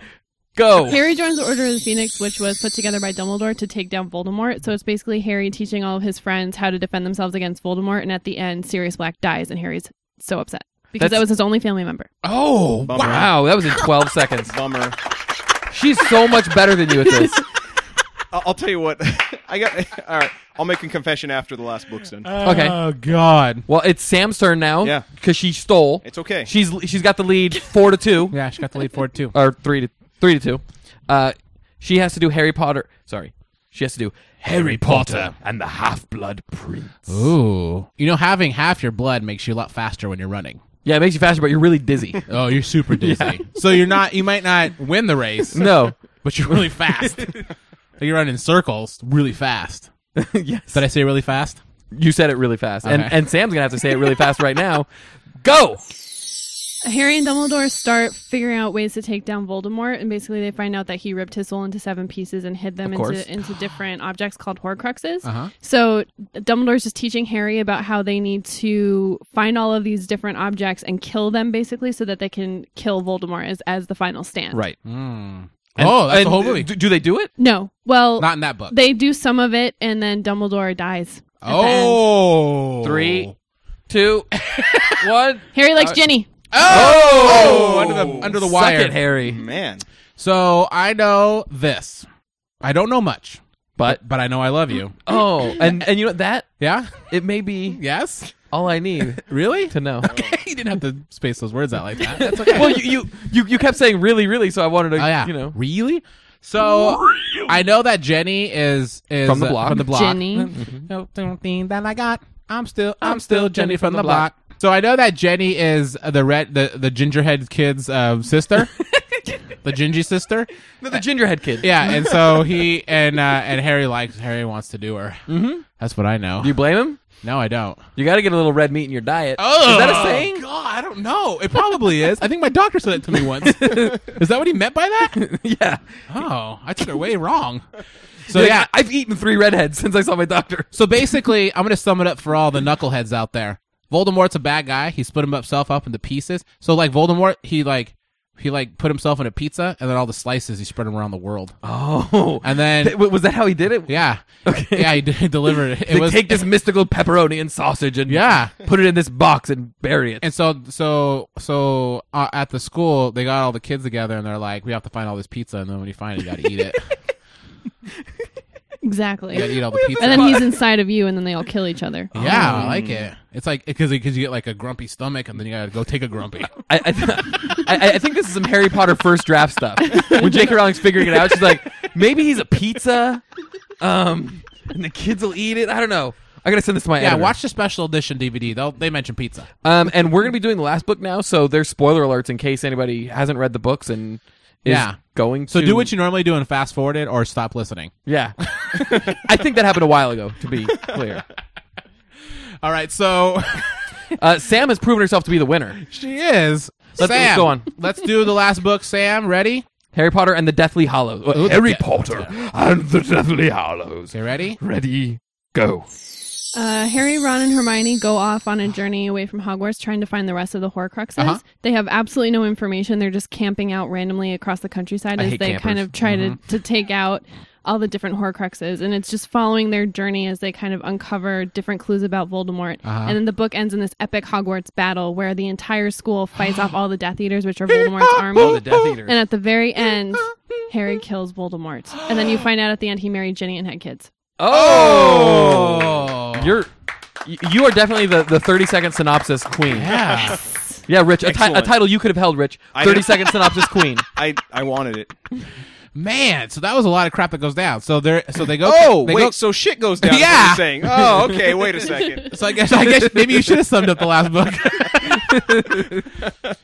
S2: go.
S4: Harry joins the Order of the Phoenix, which was put together by Dumbledore to take down Voldemort. So it's basically Harry teaching all of his friends how to defend themselves against Voldemort, and at the end, Sirius Black dies, and Harry's so upset because
S2: That's-
S4: that was his only family member.
S3: Oh,
S7: Bummer.
S2: Wow, that was in 12 seconds.
S7: Bummer.
S2: She's so much better than you at this.
S7: I'll, I'll tell you what. I got. All right. I'll make a confession after the last book's done.
S2: Okay.
S3: Oh God.
S2: Well, it's Sam's turn now.
S7: Yeah.
S2: because she stole.
S7: it's okay.
S2: She's she's got the lead four to two
S3: Yeah, she got the lead for it too.
S2: or three to three to two. Uh, she has to do Harry Potter. Sorry, she has to do Harry Potter and the Half Blood Prince.
S3: Ooh. You know, having half your blood makes you a lot faster when you're running.
S2: Yeah, it makes you faster, but you're really dizzy.
S3: Oh, you're super dizzy. So you're not. You might not win the race.
S2: no.
S3: but you're really fast. Like, you're running in circles really fast.
S2: yes.
S3: Did I say really fast?
S2: You said it really fast, and
S3: Okay.
S2: and Sam's gonna have to say it really fast right now. Go.
S4: Harry and Dumbledore start figuring out ways to take down Voldemort, and basically they find out that he ripped his soul into seven pieces and hid them
S2: Of course.
S4: into, into different objects called Horcruxes.
S3: Uh-huh.
S4: So Dumbledore's just teaching Harry about how they need to find all of these different objects and kill them, basically, so that they can kill Voldemort as, as the final stand.
S2: Right.
S3: oh, that's
S2: And
S3: the whole movie.
S2: Do, do they do it?
S4: No, well,
S3: Not in that book.
S4: they do some of it, and then Dumbledore dies. at the end.
S3: oh,
S2: Three, two, one.
S4: Harry
S3: Uh,
S4: likes Ginny.
S3: Oh, under the under the
S2: Suck
S3: wire.
S2: it, Harry.
S7: man.
S3: So I know this. I don't know much,
S2: But
S3: but I know I love you.
S2: oh, and and you know what? that
S3: Yeah.
S2: it may be
S3: Yes.
S2: all I need
S3: Really?
S2: to know.
S3: you didn't have to space those words out like that. That's okay.
S2: well, you, you you you kept saying really, really, so I wanted to,
S3: Oh yeah.
S2: you know,
S3: really? So I know that Jenny is is
S2: From the
S3: uh,
S2: block.
S3: From the block.
S4: Jenny.
S3: No don't think that I got. I'm still I'm still Jenny from the block. So I know that Jenny is uh, the red the the gingerhead kid's uh, sister. The gingy sister,
S2: the, the gingerhead kid.
S3: yeah, and so he and uh, and Harry likes Harry wants to do her. Mm-hmm. That's what I know.
S2: Do you blame him?
S3: no, I don't.
S2: You got to get a little red meat in your diet.
S3: Oh,
S2: is that a saying?
S3: God, I don't know. It probably is. I think my doctor said it to me once. is that what he meant by that?
S2: yeah.
S3: Oh, I took it way wrong. So
S2: Like,
S3: Oh, yeah,
S2: I- I've eaten three redheads since I saw my doctor.
S3: So basically, I'm going to sum it up for all the knuckleheads out there. Voldemort's a bad guy. He split himself up into pieces. So like Voldemort, he like he like put himself in a pizza, and then all the slices he spread them around the world.
S2: Oh,
S3: And then-
S2: Th- was that how he did it?
S3: Yeah, okay. yeah, he d- delivered it. It
S2: They
S3: was
S2: take this mystical pepperoni and sausage and
S3: Yeah.
S2: put it in this box and bury it.
S3: And so, so, so uh, at the school, they got all the kids together, and they're like, "We have to find all this pizza, and then when you find it, you got to eat it.
S4: Exactly.
S3: You got to eat all the pizza."
S4: And then he's inside of you, and then they all kill each other.
S3: yeah, I like it. It's like because because you get like a grumpy stomach, and then you got to go take a grumpy.
S2: I, I, th- I, I think this is some Harry Potter first draft stuff. When J.K. Rowling's figuring it out, she's like, maybe he's a pizza, um, and the kids will eat it. I don't know. I gotta send this to my
S3: yeah,
S2: editor.
S3: watch the special edition DVD. They'll they mention pizza.
S2: Um, and we're gonna be doing the last book now, so there's spoiler alerts in case anybody hasn't read the books and is
S3: Yeah.
S2: going.
S3: So
S2: to,
S3: do what you normally do and fast forward it or stop listening.
S2: Yeah, I think that happened a while ago. To be clear,
S3: All right, so
S2: uh, Sam has proven herself to be the winner.
S3: she is.
S2: Let's- let's
S3: Sam,
S2: go on.
S3: Let's do the last book. Sam, ready?
S2: Harry Potter and the Deathly Hollows. Uh,
S3: the
S2: Harry
S3: Death-
S2: Potter and the Deathly Hollows.
S3: Okay, ready?
S2: Ready, go.
S4: Uh, Harry, Ron, and Hermione go off on a journey away from Hogwarts trying to find the rest of the Horcruxes.
S3: Uh-huh.
S4: They have absolutely no information. They're just camping out randomly across the countryside
S2: I
S4: as
S2: hate
S4: they kind
S2: campers. Mm-hmm.
S4: of try to, to take out all the different Horcruxes. And it's just following their journey as they kind of uncover different clues about Voldemort.
S2: Uh-huh.
S4: And then the book ends in this epic Hogwarts battle where the entire school fights off all the Death Eaters, which are Voldemort's army.
S2: The Death Eater.
S4: And at the very end, Harry kills Voldemort. And then you find out at the end he married Ginny and had kids.
S2: Oh, you're y- you are definitely the, the 30 second synopsis queen.
S3: Yeah.
S2: Yeah, Rich, a, ti- a
S7: Excellent.
S2: title you could have held, Rich.
S7: I
S2: 30
S7: know.
S2: second synopsis queen.
S7: I I wanted it.
S3: Man, so that was a lot of crap that goes down. So they so they go.
S7: Oh,
S3: they
S7: wait,
S3: go-
S7: so shit goes down. is what
S3: Yeah.
S7: you're saying. Oh, okay. Wait a second.
S3: So I guess I guess maybe you should have summed up the last book.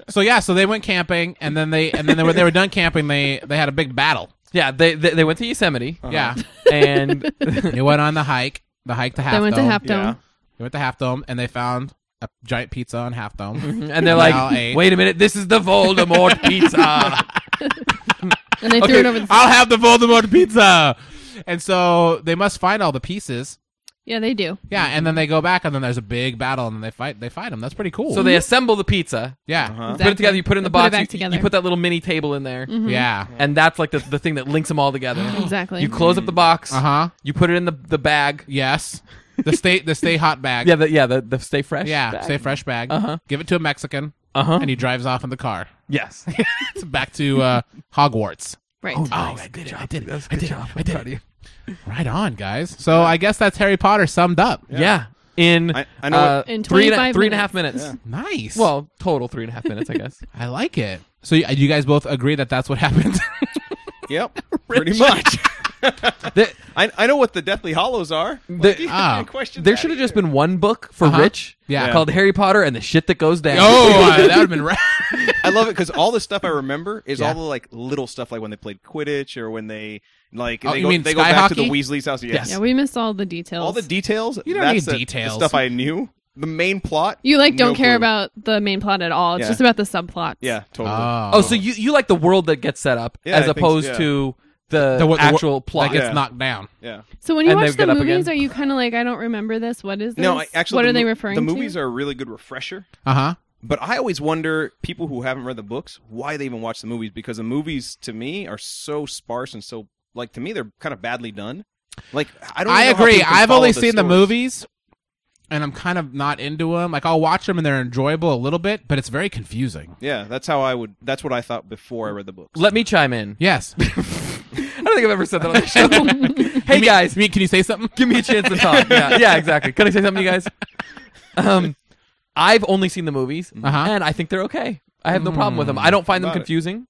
S3: so yeah, so they went camping, and then they and then they were, they were done camping. They they had a big battle.
S2: Yeah, they they, they went to Yosemite
S3: Yeah,
S2: and
S3: they went on the hike, the hike to Half
S4: They went to
S3: Dome.
S4: Half
S7: Yeah.
S4: Dome.
S3: they went to Half Dome, and they found a giant pizza on Half Dome.
S2: and they're
S3: Now
S2: like,
S3: eight.
S2: "Wait a minute, this is the Voldemort pizza."
S4: And they threw it over the
S3: I'll have the Voldemort pizza. And so they must find all the pieces.
S4: Yeah, they do.
S3: Yeah, and then they go back, and then there's a big battle, and then they fight. They fight them. That's pretty cool.
S2: so they assemble the pizza,
S3: yeah,
S4: Uh-huh.
S2: put it together, you put it in the
S4: They put it
S2: box,
S4: back
S2: you- you,
S4: together.
S2: put that little mini table in there,
S3: yeah,
S2: and that's like the, the thing that links them all together.
S4: Exactly.
S2: You close up the box,
S3: uh huh,
S2: you put it in the, the bag.
S3: yes. The stay the stay hot bag.
S2: Yeah, the, yeah, the, the stay fresh.
S3: Yeah, say fresh bag.
S2: Uh-huh.
S3: Give it to a Mexican,
S2: Uh huh.
S3: and he drives off in the car.
S2: Yes.
S3: It's back to uh, Hogwarts.
S4: right.
S3: Oh, I did it! I did it! I did it! I did it! Right on, guys. So I guess that's Harry Potter summed up.
S2: Yeah. In
S7: I- I know
S2: uh,
S7: what-
S4: In
S2: three and a-
S4: 25
S2: three and a half minutes.
S3: Nice.
S2: Well, total three and a half minutes, I guess.
S3: I like it. So you, you guys both agree that that's what happened.
S7: Yep. Pretty much.
S2: There-
S7: I, I know what the Deathly Hollows are.
S2: there-
S3: Ah.
S2: there should have just been one book for Rich,
S3: Yeah.
S2: called Harry Potter and the shit that goes down.
S3: oh, uh, that would have been rad.
S7: I love it because all the stuff I remember is
S3: Yeah.
S7: all the like little stuff, like when they played Quidditch or when they like
S3: Oh,
S7: they
S3: you
S7: go
S3: mean
S7: they go
S3: sky
S7: back to the
S3: hockey?
S7: Weasley's house. Yes.
S4: Yeah, we missed all the details.
S7: all the details.
S3: You don't
S7: that's
S3: need
S7: the- the
S3: details.
S7: stuff I knew. The main plot.
S4: you like don't
S7: no
S4: care
S7: clue.
S4: about the main plot at all. It's
S7: Yeah.
S4: just about the subplots.
S7: Yeah. Totally.
S2: Oh, so you, you like the world that gets set up
S7: Yeah, I
S2: as
S7: think so,
S2: opposed
S7: yeah.
S2: to the,
S3: The wo- the wo-
S2: actual plot.
S3: That gets
S7: Yeah.
S3: knocked down.
S7: yeah.
S4: So when you
S2: And
S4: watch
S2: they've got
S4: the
S2: up
S4: movies,
S2: again.
S4: are you kind of like, I don't remember this. What is this?
S7: No, I, actually,
S4: what
S7: the
S4: are they
S7: mo-
S4: referring
S7: The
S4: to?
S7: movies are a really good refresher.
S3: Uh huh.
S7: But I always wonder people who haven't read the books why they even watch the movies because the movies to me are so sparse and so like to me they're kind of badly done. Like I don't.
S3: I
S7: know how
S3: agree.
S7: people can
S3: I've
S7: follow
S3: only
S7: the
S3: seen the
S7: stories.
S3: movies, and I'm kind of not into them. Like I'll watch them and they're enjoyable a little bit, but it's very confusing.
S7: Yeah, that's how I would. That's what I thought before I read the books.
S2: Let me chime in.
S3: Yes.
S2: I don't think I've ever said that on the show. hey guys,
S3: You mean, can you say something?
S2: give me a chance to talk. Yeah, yeah, exactly. Can I say something, you guys? Um, I've only seen the movies,
S3: Uh-huh. Mm.
S2: and I think they're okay. I have no problem with them. I don't find them
S7: Got it.
S2: confusing,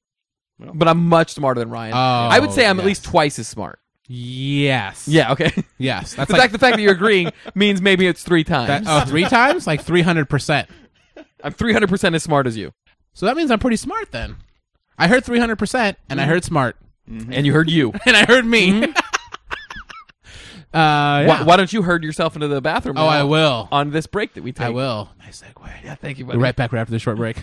S7: Well.
S2: but I'm much smarter than Ryan.
S3: Oh,
S2: I would say I'm at least
S3: yes.
S2: twice as smart.
S3: Yes.
S2: Yeah, okay.
S3: Yes. That's
S2: the,
S3: like
S2: fact, the fact that you're agreeing means maybe it's three
S3: that,
S2: times.
S3: oh, three times, like three hundred percent.
S2: I'm 300% as smart as you.
S3: So that means I'm pretty smart then. I heard three hundred percent, and I heard smart,
S2: And you heard you.
S3: and I heard me. uh, yeah.
S2: Why, why don't you herd yourself into the bathroom?
S3: oh, I
S2: now
S3: will.
S2: On this break that we take.
S3: I will. Nice segue. Yeah,
S2: Thank you,
S3: We're
S2: buddy.
S3: right back right after the short break.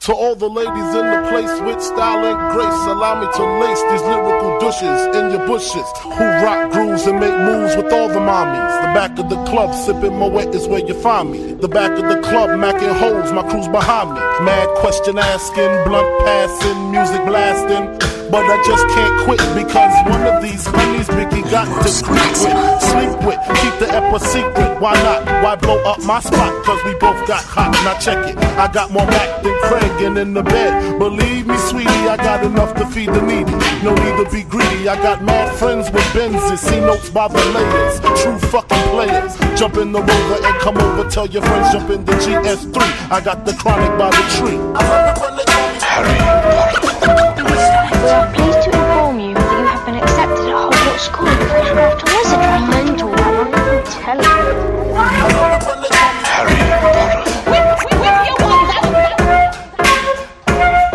S9: To all the ladies in the place with style and grace, allow me to lace these lyrical douches in your bushes. Who rock grooves and make moves with all the mommies. The back of the club, sipping my wet is where you find me. The back of the club, macking holes, my crew's behind me. Mad question asking, blunt passing, music blasting. But I just can't quit because one of these honeys Biggie got to creep with, sleep with, keep the ep a secret. Why not? Why blow up my spot? Cause we both got hot. Now check it. I got more back than Craig and in the bed. Believe me, sweetie, I got enough to feed the needy. No need to be greedy. I got mad friends with Benzes. See notes by the layers. True fucking players. Jump in the rover and come over. Tell your friends jump in the GS3. I got the chronic by the tree.
S10: We are pleased to inform you that you have been accepted at Hogwarts School of Witchcraft and Wizardry. Mental, I'm telling you.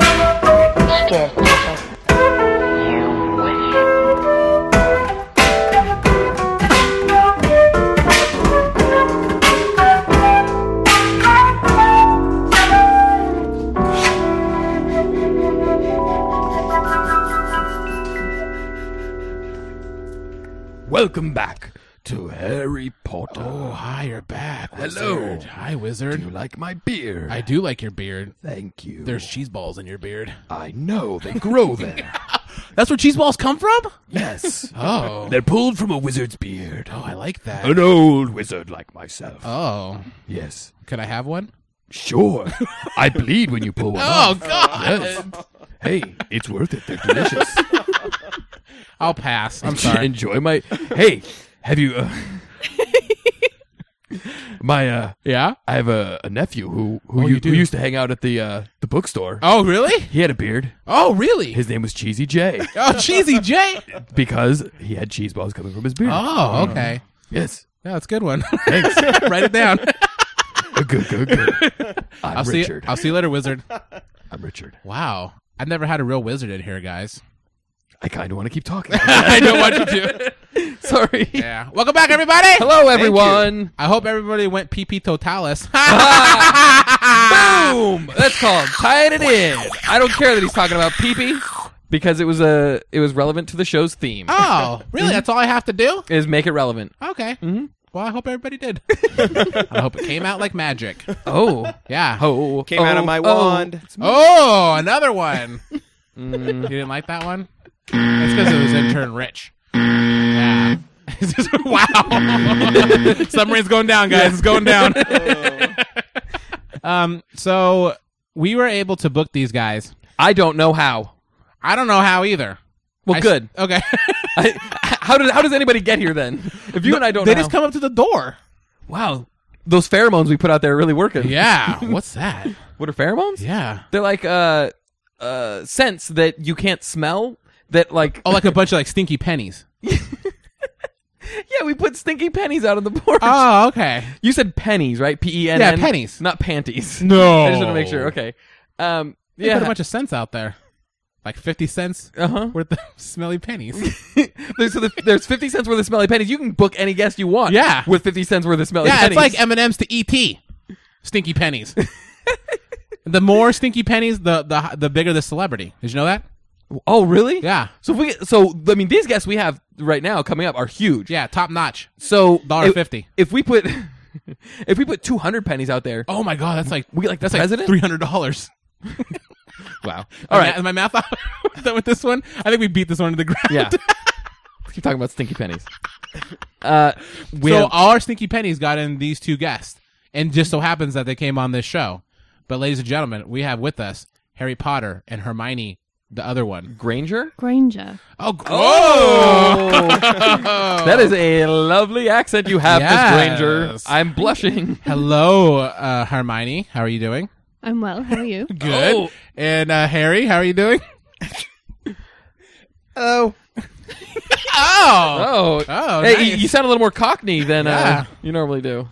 S10: Scared yourself.
S2: Welcome back to Harry Potter.
S3: oh, hi, you're back.
S2: Hello.
S3: Wizard. Hi, wizard.
S2: You like my beard?
S3: I do like your beard.
S2: Thank you.
S3: There's cheese balls in your beard.
S2: I know they grow there.
S3: That's where cheese balls come from?
S2: yes.
S3: Oh.
S2: They're pulled from a wizard's beard.
S3: oh, I like that.
S2: An old wizard like myself.
S3: Oh.
S2: yes.
S3: Could I have one?
S2: Sure. I bleed when you pull one
S3: Oh,
S2: off.
S3: God.
S2: Yes. Hey, it's worth it. They're delicious.
S3: I'll pass. I'm sorry.
S2: Enjoy my. Hey, have you? Uh... My uh,
S3: yeah.
S2: I have a, a nephew who who,
S3: Oh,
S2: u-
S3: you do.
S2: who used to hang out at the uh, the bookstore.
S3: Oh, really?
S2: He had a beard.
S3: Oh, really?
S2: His name was Cheesy J
S3: oh, cheesy J.
S2: because he had cheese balls coming from his beard.
S3: Oh, okay.
S2: Yes.
S3: Yeah, that's a good one.
S2: Thanks.
S3: Write it down.
S2: good, good, good. I'm
S3: I'll see.
S2: Richard.
S3: I'll see you later, wizard.
S2: I'm Richard.
S3: Wow, I've never had a real wizard in here, guys.
S2: I kind of want to keep talking.
S3: I know what to do.
S2: Sorry.
S3: Yeah. Welcome back, everybody.
S2: Hello, everyone.
S3: I hope everybody went PP totalis.
S2: Boom. That's called tying it in. I don't care that he's talking about pee pee because it was a it was relevant to the show's theme.
S3: oh, really? That's all I have to do?
S2: Is make it relevant.
S3: Okay. Well, I hope everybody did. I hope it came out like magic.
S2: Oh.
S3: Yeah.
S2: Oh.
S7: Came out of
S2: oh,
S7: my
S2: oh.
S7: wand.
S3: Oh, another one.
S2: Mm.
S3: You didn't like that one? That's because it was intern Rich. Yeah. wow.
S2: Mm.
S3: Submarine's going down, guys. It's going down. um, so we were able to book these guys.
S2: I don't know how.
S3: I don't know how either.
S2: Well,
S3: I s-
S2: good.
S3: okay.
S2: I, how did how does anybody get here then? If you and I don't
S3: they
S2: know.
S3: just come up to the door.
S2: wow. Those pheromones we put out there are really working.
S3: Yeah. What's that?
S2: What are pheromones?
S3: Yeah.
S2: They're like uh uh scents that you can't smell that like
S3: Oh, like a bunch of like stinky pennies.
S2: yeah, we put stinky pennies out on the porch.
S3: Oh, okay.
S2: You said pennies, right? P E N.
S3: Yeah, pennies.
S2: not panties.
S3: No.
S2: I just want to make sure. Okay. Um.
S3: They put a
S2: Yeah.
S3: bunch of cents out there. Like 50 cents
S2: Uh huh.
S3: worth of smelly pennies.
S2: there's, so the, there's fifty cents worth of smelly pennies. You can book any guest you want.
S3: Yeah.
S2: With fifty cents worth of smelly
S3: yeah,
S2: Oh, pennies.
S3: it's like M&M's to ET. Stinky pennies. the more stinky pennies, the, the the bigger the celebrity. Did you know that?
S2: oh really?
S3: Yeah.
S2: So if we so I mean these guests we have right now coming up are huge.
S3: Yeah, top notch.
S2: So
S3: Dollar
S2: if-
S3: fifty.
S2: If we put if we put two hundred pennies out there,
S3: Oh my god, that's like
S2: we get like the
S3: that's
S2: president.
S3: like three hundred dollars.
S2: wow.
S3: All
S2: All
S3: right,
S2: right.
S3: is my math off Done with this one? I think we beat this one to the ground.
S2: yeah. Keep talking about stinky pennies. Uh, we
S3: so
S2: have-
S3: all our stinky pennies got in these two guests, and just so happens that they came on this show. But ladies and gentlemen, we have with us Harry Potter and Hermione, the other one.
S2: Granger.
S4: Granger.
S3: Oh, gr- Oh!
S2: that is a lovely accent you have,
S3: Yes.
S2: Miss Granger. I'm blushing.
S3: hello, uh, Hermione. How are you doing?
S4: I'm well. How are you?
S3: Good.
S2: Oh.
S3: And uh, Harry, how are you doing?
S7: Oh,
S3: Oh,
S2: Oh,
S3: Oh,
S2: hey,
S3: nice.
S2: you, you sound a little more Cockney than
S3: Yeah.
S2: uh, you normally do.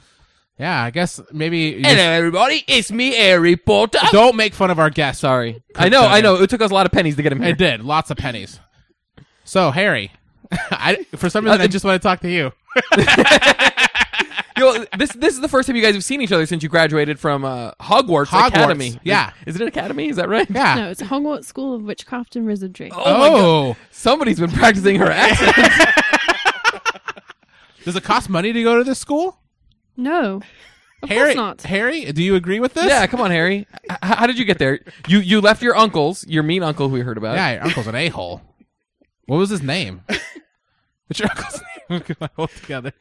S3: yeah. I guess maybe.
S2: everybody, it's me, Harry Potter.
S3: Don't make fun of our guests.
S2: Sorry, I know, I know. It took us a lot of pennies to get him here.
S3: It did. Lots of pennies. So, Harry, I, for some
S2: Uh,
S3: reason, I just want to talk to you.
S2: Yo, this this is the first time you guys have seen each other since you graduated from uh, Hogwarts,
S3: Hogwarts,
S2: Academy.
S3: yeah.
S2: is, is it an academy? Is that right?
S3: Yeah.
S4: No, it's Hogwarts School of Witchcraft and Wizardry.
S2: Oh, my God.
S3: Oh,
S2: somebody's been practicing her accent.
S3: does it cost money to go to this school?
S4: No, of
S3: Harry,
S4: course not.
S3: Harry, do you agree with this?
S2: yeah, come on, Harry. H- how did you get there? You you left your uncle's, your mean uncle who we heard about.
S3: Yeah, your uncle's an a hole. What was his name? What's your uncle's name? Get my whole together.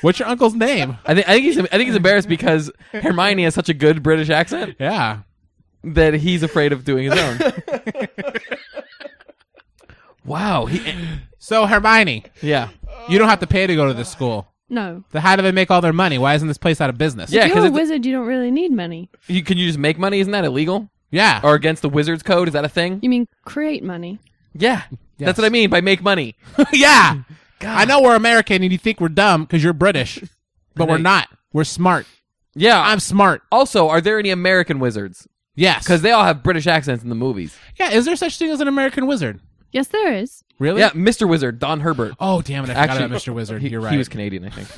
S3: What's your uncle's name?
S2: I think I think he's I think he's embarrassed because Hermione has such a good British accent
S3: Yeah.
S2: that he's afraid of doing his own. wow. He,
S3: So Hermione,
S2: yeah.
S3: you don't have to pay to go to this school.
S4: No.
S3: Then how do they make all their money? Why isn't this place out of business?
S2: Yeah,
S4: If you're a
S2: because
S4: wizard, you don't really need money.
S2: you, can you just make money? Isn't that illegal?
S3: Yeah.
S2: Or against the wizard's code? Is that a thing?
S4: You mean create money?
S2: Yeah. That's what I mean by make money.
S3: yeah. I know we're American and you think we're dumb because you're British, but we're
S2: Right.
S3: not. We're smart.
S2: Yeah.
S3: I'm smart.
S2: also, are there any American wizards?
S3: Yes.
S2: Because they all have British accents in the movies.
S3: yeah, is there such thing as an American wizard?
S4: Yes, there is.
S3: Really?
S2: Yeah, Mr. Wizard, Don Herbert.
S3: Oh damn it! I forgot
S2: Actually,
S3: about Mr. Wizard.
S2: He,
S3: You're right.
S2: he was Canadian, I think.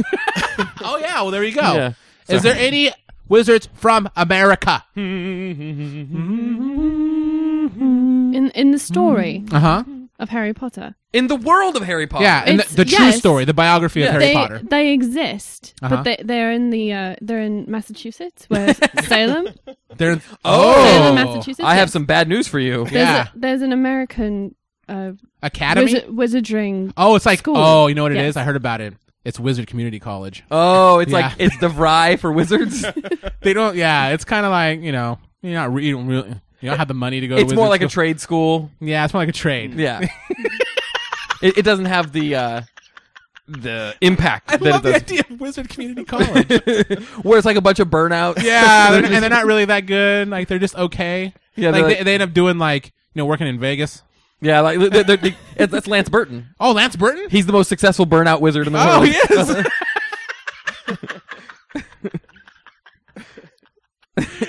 S3: oh yeah. Well, there you go.
S2: Yeah.
S3: Is there any wizards from America?
S2: Hmm.
S4: In in the
S2: Mm.
S4: story
S3: Uh huh.
S4: of Harry Potter,
S2: in the world of Harry Potter.
S3: Yeah, and the,
S4: It's-
S3: the true
S4: yes.
S3: story, the biography of
S2: Yeah.
S3: Harry
S4: they
S3: Potter.
S4: they exist,
S3: Uh-huh.
S4: but they they're in the uh, they're in Massachusetts, where Salem,
S3: They're
S4: Salem,
S3: oh
S4: Massachusetts.
S2: I have
S4: yes.
S2: some bad news for you.
S4: There's,
S3: yeah
S4: a, there's an American uh,
S3: academy.
S4: wizard- wizarding.
S3: oh, it's like
S4: school.
S3: oh, you know what it
S4: Yes.
S3: is? I heard about it. It's Wizard Community College.
S2: Oh, it's
S3: Yeah.
S2: like it's DeVry for wizards.
S3: They don't. Yeah, it's kind of like you know you're not re- you don't really you don't have the money to go.
S2: it's
S3: to
S2: more
S3: wizard
S2: like a
S3: school.
S2: trade school.
S3: yeah, it's more like a trade.
S2: Yeah. it, it doesn't have the uh the impact
S3: I
S2: that
S3: love
S2: it
S3: the
S2: does.
S3: idea of Wizard Community College.
S2: Where it's like a bunch of burnouts.
S3: yeah,
S2: They're
S3: they're-
S2: just-
S3: and they're not really that good. Like they're just okay.
S2: Yeah, they're
S3: like, they,
S2: like-
S3: they end up doing like you know working in Vegas.
S2: yeah, like they're, they're, they it's- that's Lance Burton.
S3: Oh, Lance Burton.
S2: He's the most successful burnout wizard in the
S3: Oh,
S2: world.
S3: he is. Oh,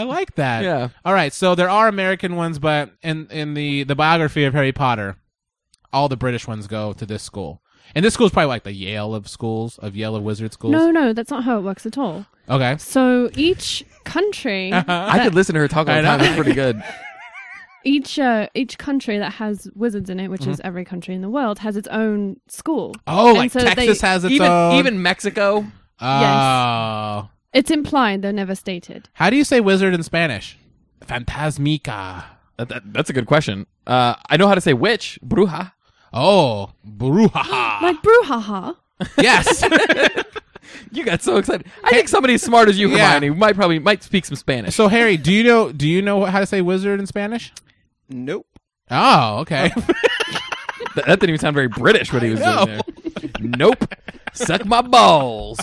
S3: I like that.
S2: Yeah.
S3: All right. So there are American ones, but in in the the biography of Harry Potter, all the British ones go to this school, and this school is probably like the Yale of schools of Yale of wizard schools.
S4: No, no, that's not how it works at all.
S3: Okay.
S4: So each country,
S3: Uh-huh.
S2: I could listen to her talk all
S3: I
S2: the
S3: know.
S2: time. It's pretty good.
S4: each uh, each country that has wizards in it, which is every country in the world, has its own school.
S3: Mm-hmm. Oh,
S4: And
S3: like
S4: so
S3: Texas
S4: they-
S3: has its
S2: even
S3: own.
S2: even Mexico.
S3: oh.
S4: It's implied, though never stated.
S3: How do you say wizard in Spanish? Fantasmica.
S2: That, that, that's a good question. Uh, I know how to say witch, bruja.
S3: Oh, brujaha.
S4: Like brouhaha.
S3: yes.
S2: You got so excited. I think somebody as smart as you,
S3: Yeah.
S2: Hermione, might probably might speak some Spanish.
S3: so Harry, do you know do you know how to say wizard in Spanish?
S7: Nope.
S3: Oh, okay.
S2: Th- that didn't even sound very British what he was
S3: know.
S2: doing there. nope. Suck my balls.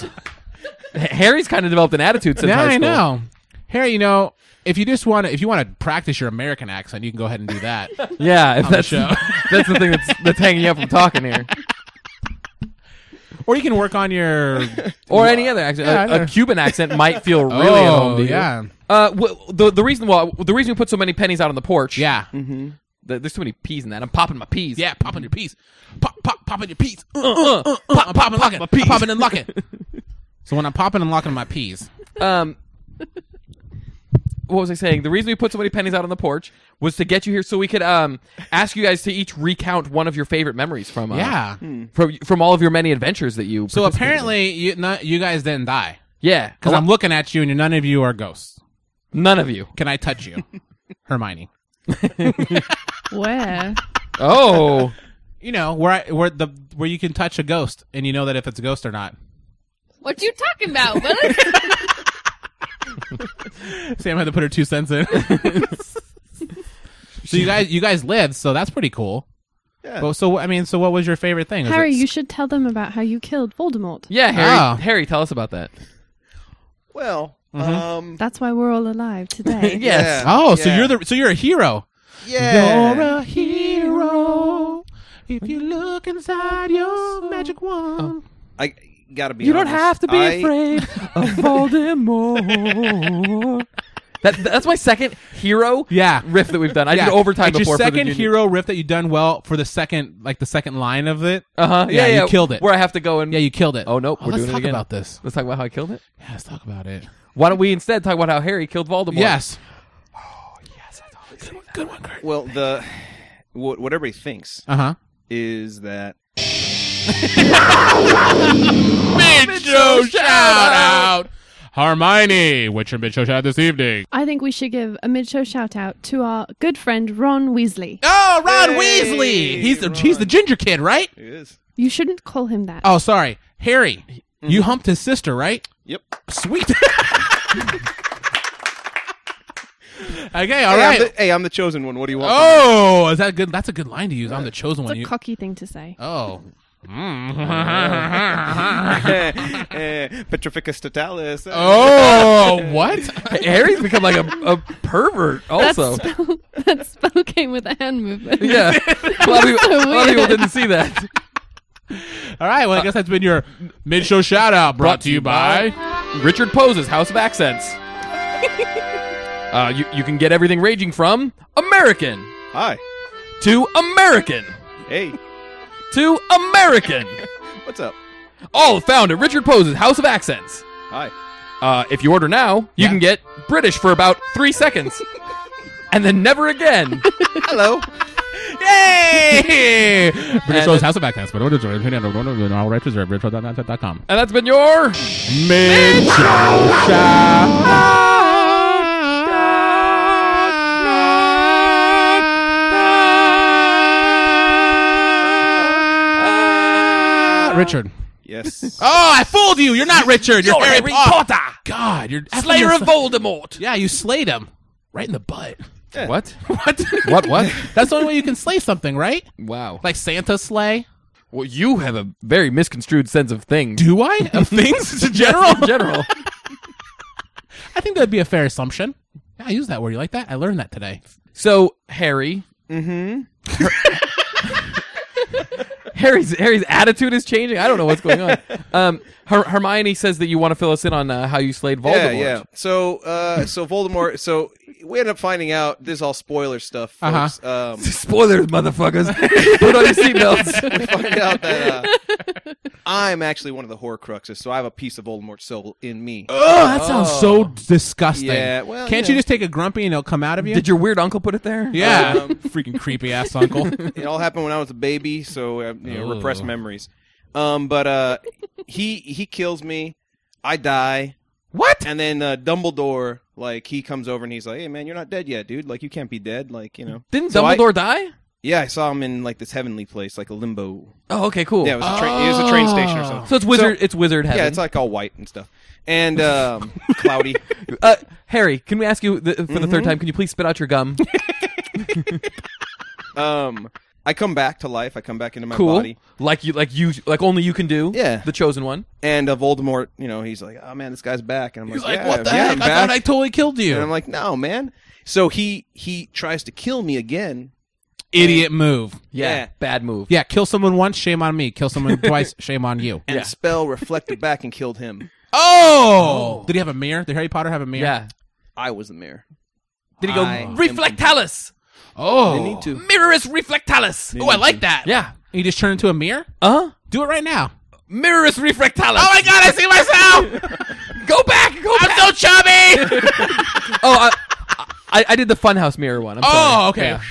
S2: H- Harry's kind of developed an attitude since
S3: yeah,
S2: high
S3: I
S2: school.
S3: know. Harry, you know, if you just want to if you want to practice your American accent, you can go ahead and do that.
S2: Yeah, if
S3: the
S2: that's
S3: show.
S2: that's the thing that's that's hanging you up from talking here,
S3: or you can work on your
S2: or any other accent.
S3: Yeah, I
S2: a,
S3: know.
S2: a Cuban accent might feel really at home
S3: Oh,
S2: to you.
S3: yeah.
S2: Uh, w- the the reason why the reason we put so many pennies out on the porch.
S3: Yeah.
S2: Mm-hmm. th- there's too many peas in that. I'm popping my peas.
S3: Yeah, popping your piece. Pop pop popping your piece. Uh, uh, uh, pop popping locking. I'm popping and locking. So when I'm popping and locking my peas.
S2: Um, what was I saying? The reason we put so many pennies out on the porch was to get you here so we could um ask you guys to each recount one of your favorite memories from uh,
S3: Yeah.
S2: from from all of your many adventures that you.
S3: So
S2: participated in.
S3: apparently you not, you guys didn't die.
S2: yeah,
S3: Because I'm looking at you and none of you are ghosts.
S2: none of you.
S3: Can I touch you? Hermione.
S4: Where?
S2: Oh,
S3: You know, where I, where the where you can touch a ghost and you know that if it's a ghost or not.
S11: What you talking about, Willis?
S3: Sam had to put her two cents in. so you guys you guys lived, so that's pretty cool.
S7: Yeah.
S3: Well, so I mean, so what was your favorite thing? Was
S4: Harry,
S3: it-
S4: you should tell them about how you killed Voldemort.
S2: yeah, Harry.
S3: Oh.
S2: Harry, tell us about that.
S1: Well, um,
S4: That's why we're all alive today.
S1: yeah,
S2: Yes.
S3: Mm-hmm. oh, so
S1: yeah.
S3: you're the so you're a hero.
S1: yeah.
S3: You're a hero. If you look inside your magic wand,
S7: I gotta be.
S2: You don't
S7: honest.
S2: have to be
S7: I-
S2: afraid of Voldemort. That, that's my second hero
S3: Yeah.
S2: riff that we've done. I
S3: Yeah,
S2: did overtime
S3: it's
S2: before
S3: your second
S2: for the
S3: hero riff that you done well for the second like the second line of it.
S2: Uh huh.
S3: Yeah,
S2: Yeah,
S3: you killed it.
S2: Where I have to go and
S3: Yeah, you killed it.
S2: Oh nope,
S3: Oh,
S2: we're
S3: let's
S2: doing
S3: talk
S2: it again.
S3: about this.
S2: Let's talk about how I killed it.
S3: Yeah, let's talk about it.
S2: Why don't we instead talk about how Harry killed Voldemort?
S3: Yes.
S7: Well, the what, what everybody thinks
S3: Uh huh.
S7: is that
S3: Mid-show shout out. Hermione, what's your mid-show shout out this evening?
S4: I think we should give a mid show shout out to our good friend Ron Weasley.
S3: Oh, Ron
S7: Hey,
S3: Weasley. He's the he's the ginger kid, right?
S7: it is.
S4: You shouldn't call him that.
S3: Oh, sorry, Harry. You humped his sister, right?
S7: Yep.
S3: Sweet. okay, all
S7: hey,
S3: right.
S7: I'm the, hey, I'm the chosen one. What do you want? from me?
S3: oh, is that good? That's a good line to use. I'm the chosen one.
S4: it's a
S3: You-
S4: cocky thing to say.
S3: oh.
S7: Eh, Petrificus totalis.
S3: oh, what?
S2: Harry's become like a, a pervert.
S4: That
S2: Also,
S4: spell, that spell came with a hand movement.
S2: yeah. a, lot of people, a lot of people
S4: weird.
S2: didn't see that.
S3: All right, well, I guess that's been your mid-show shout out brought to you by
S2: Richard Poses House of Accents. uh, you you can get everything raging from American
S7: Hi.
S2: to American
S7: Hey,
S2: to American.
S7: what's up?
S2: All found at Richard Poses House of Accents.
S7: Hi.
S2: Uh, if you order now, you
S3: Yeah.
S2: can get British for about three seconds, and then never again.
S7: Hello.
S3: Yay! British
S2: And-
S3: Rose House of Accents. But what is it? All rights reserved. BritishRose.com.
S2: And that's been your.
S3: Mid
S2: Ah,
S3: Richard.
S7: Yes.
S3: Oh, I fooled you. You're not Richard. You're,
S2: You're Harry
S3: Harry Potter. God, you're effing
S2: Slayer of
S3: yourself-
S2: Voldemort.
S3: Yeah, you slayed him right in the butt.
S2: What?
S3: What?
S2: What? What?
S3: That's the only way you can slay something, right?
S2: wow.
S3: Like Santa slay.
S2: Well, you have a very misconstrued sense of things.
S3: Do I? Of things in general?
S2: Yes, in general.
S3: I think that'd be a fair assumption. Yeah, I use that word. You like that? I learned that today.
S2: So Harry,
S7: Mm-hmm.
S2: Harry's Harry's attitude is changing. I don't know what's going on. Um, Her- Hermione says that you want to fill us in on uh, how you slayed Voldemort.
S7: Yeah, yeah. So, uh, so Voldemort. so we end up finding out this is all spoiler stuff.
S2: Uh-huh.
S7: Folks. Um,
S2: Spoilers, motherfuckers. Put on your seatbelts.
S7: we find out that uh, I'm actually one of the Horcruxes, so I have a piece of Voldemort's soul in me.
S3: Oh, that sounds so disgusting.
S7: Yeah, well,
S3: Can't
S7: you
S3: you just take a grumpy and it'll come out of you?
S2: Did your weird uncle put it there?
S3: yeah.
S7: Um,
S3: Freaking creepy ass uncle.
S7: it all happened when I was a baby, so uh, you know,
S3: Ooh.
S7: repressed memories. Um, but uh, he he kills me. I die.
S3: what?
S7: And then uh, Dumbledore, like, he comes over and he's like, "Hey, man, you're not dead yet, dude. Like, you can't be dead. Like, you know."
S2: Didn't
S7: So I-
S2: Dumbledore die?
S7: Yeah, I saw him in like this heavenly place, like a limbo.
S2: Oh, okay, cool.
S7: Yeah, it was a, tra- it was a train station or something.
S2: so it's wizard. it's wizard heaven.
S7: Yeah, it's like all white and stuff, and um, cloudy.
S2: uh, Harry, can we ask you the, for the third time? Can you please spit out your gum?
S7: Um, I come back to life. I come back into my
S2: cool.
S7: body,
S2: Like you, like you, like only you can do.
S7: Yeah.
S2: the chosen one.
S7: and uh, Voldemort, you know, he's like, "Oh man, this guy's back," and I'm
S3: He's like,
S7: like, yeah,
S3: what the
S7: yeah,
S3: heck?
S7: I'm
S3: I thought
S7: back."
S3: I totally killed you.
S7: And I'm like, "No, man." So he he tries to kill me again.
S3: Idiot move.
S2: Yeah,
S7: Yeah.
S2: bad move.
S3: Yeah, kill someone once, shame on me. Kill someone twice, shame on you.
S7: And the spell reflected back and killed him.
S3: Oh! Did he have a mirror? Did Harry Potter have a mirror?
S2: yeah.
S7: I was the mirror.
S2: Did he go
S7: I am-
S2: reflectalis?
S3: Oh.
S7: They need to.
S2: Mirrorus reflectalis.
S3: Oh, I like that.
S2: Yeah.
S3: And you just turn into a mirror?
S2: Uh huh.
S3: Do it right now.
S2: Mirrorus reflectalis.
S3: Oh my god, I see myself!
S2: Go back. Go back.
S3: I'm so chubby!
S2: oh, I, I, I did the funhouse mirror one. I'm
S3: oh,
S2: sorry.
S3: okay.
S2: Yeah.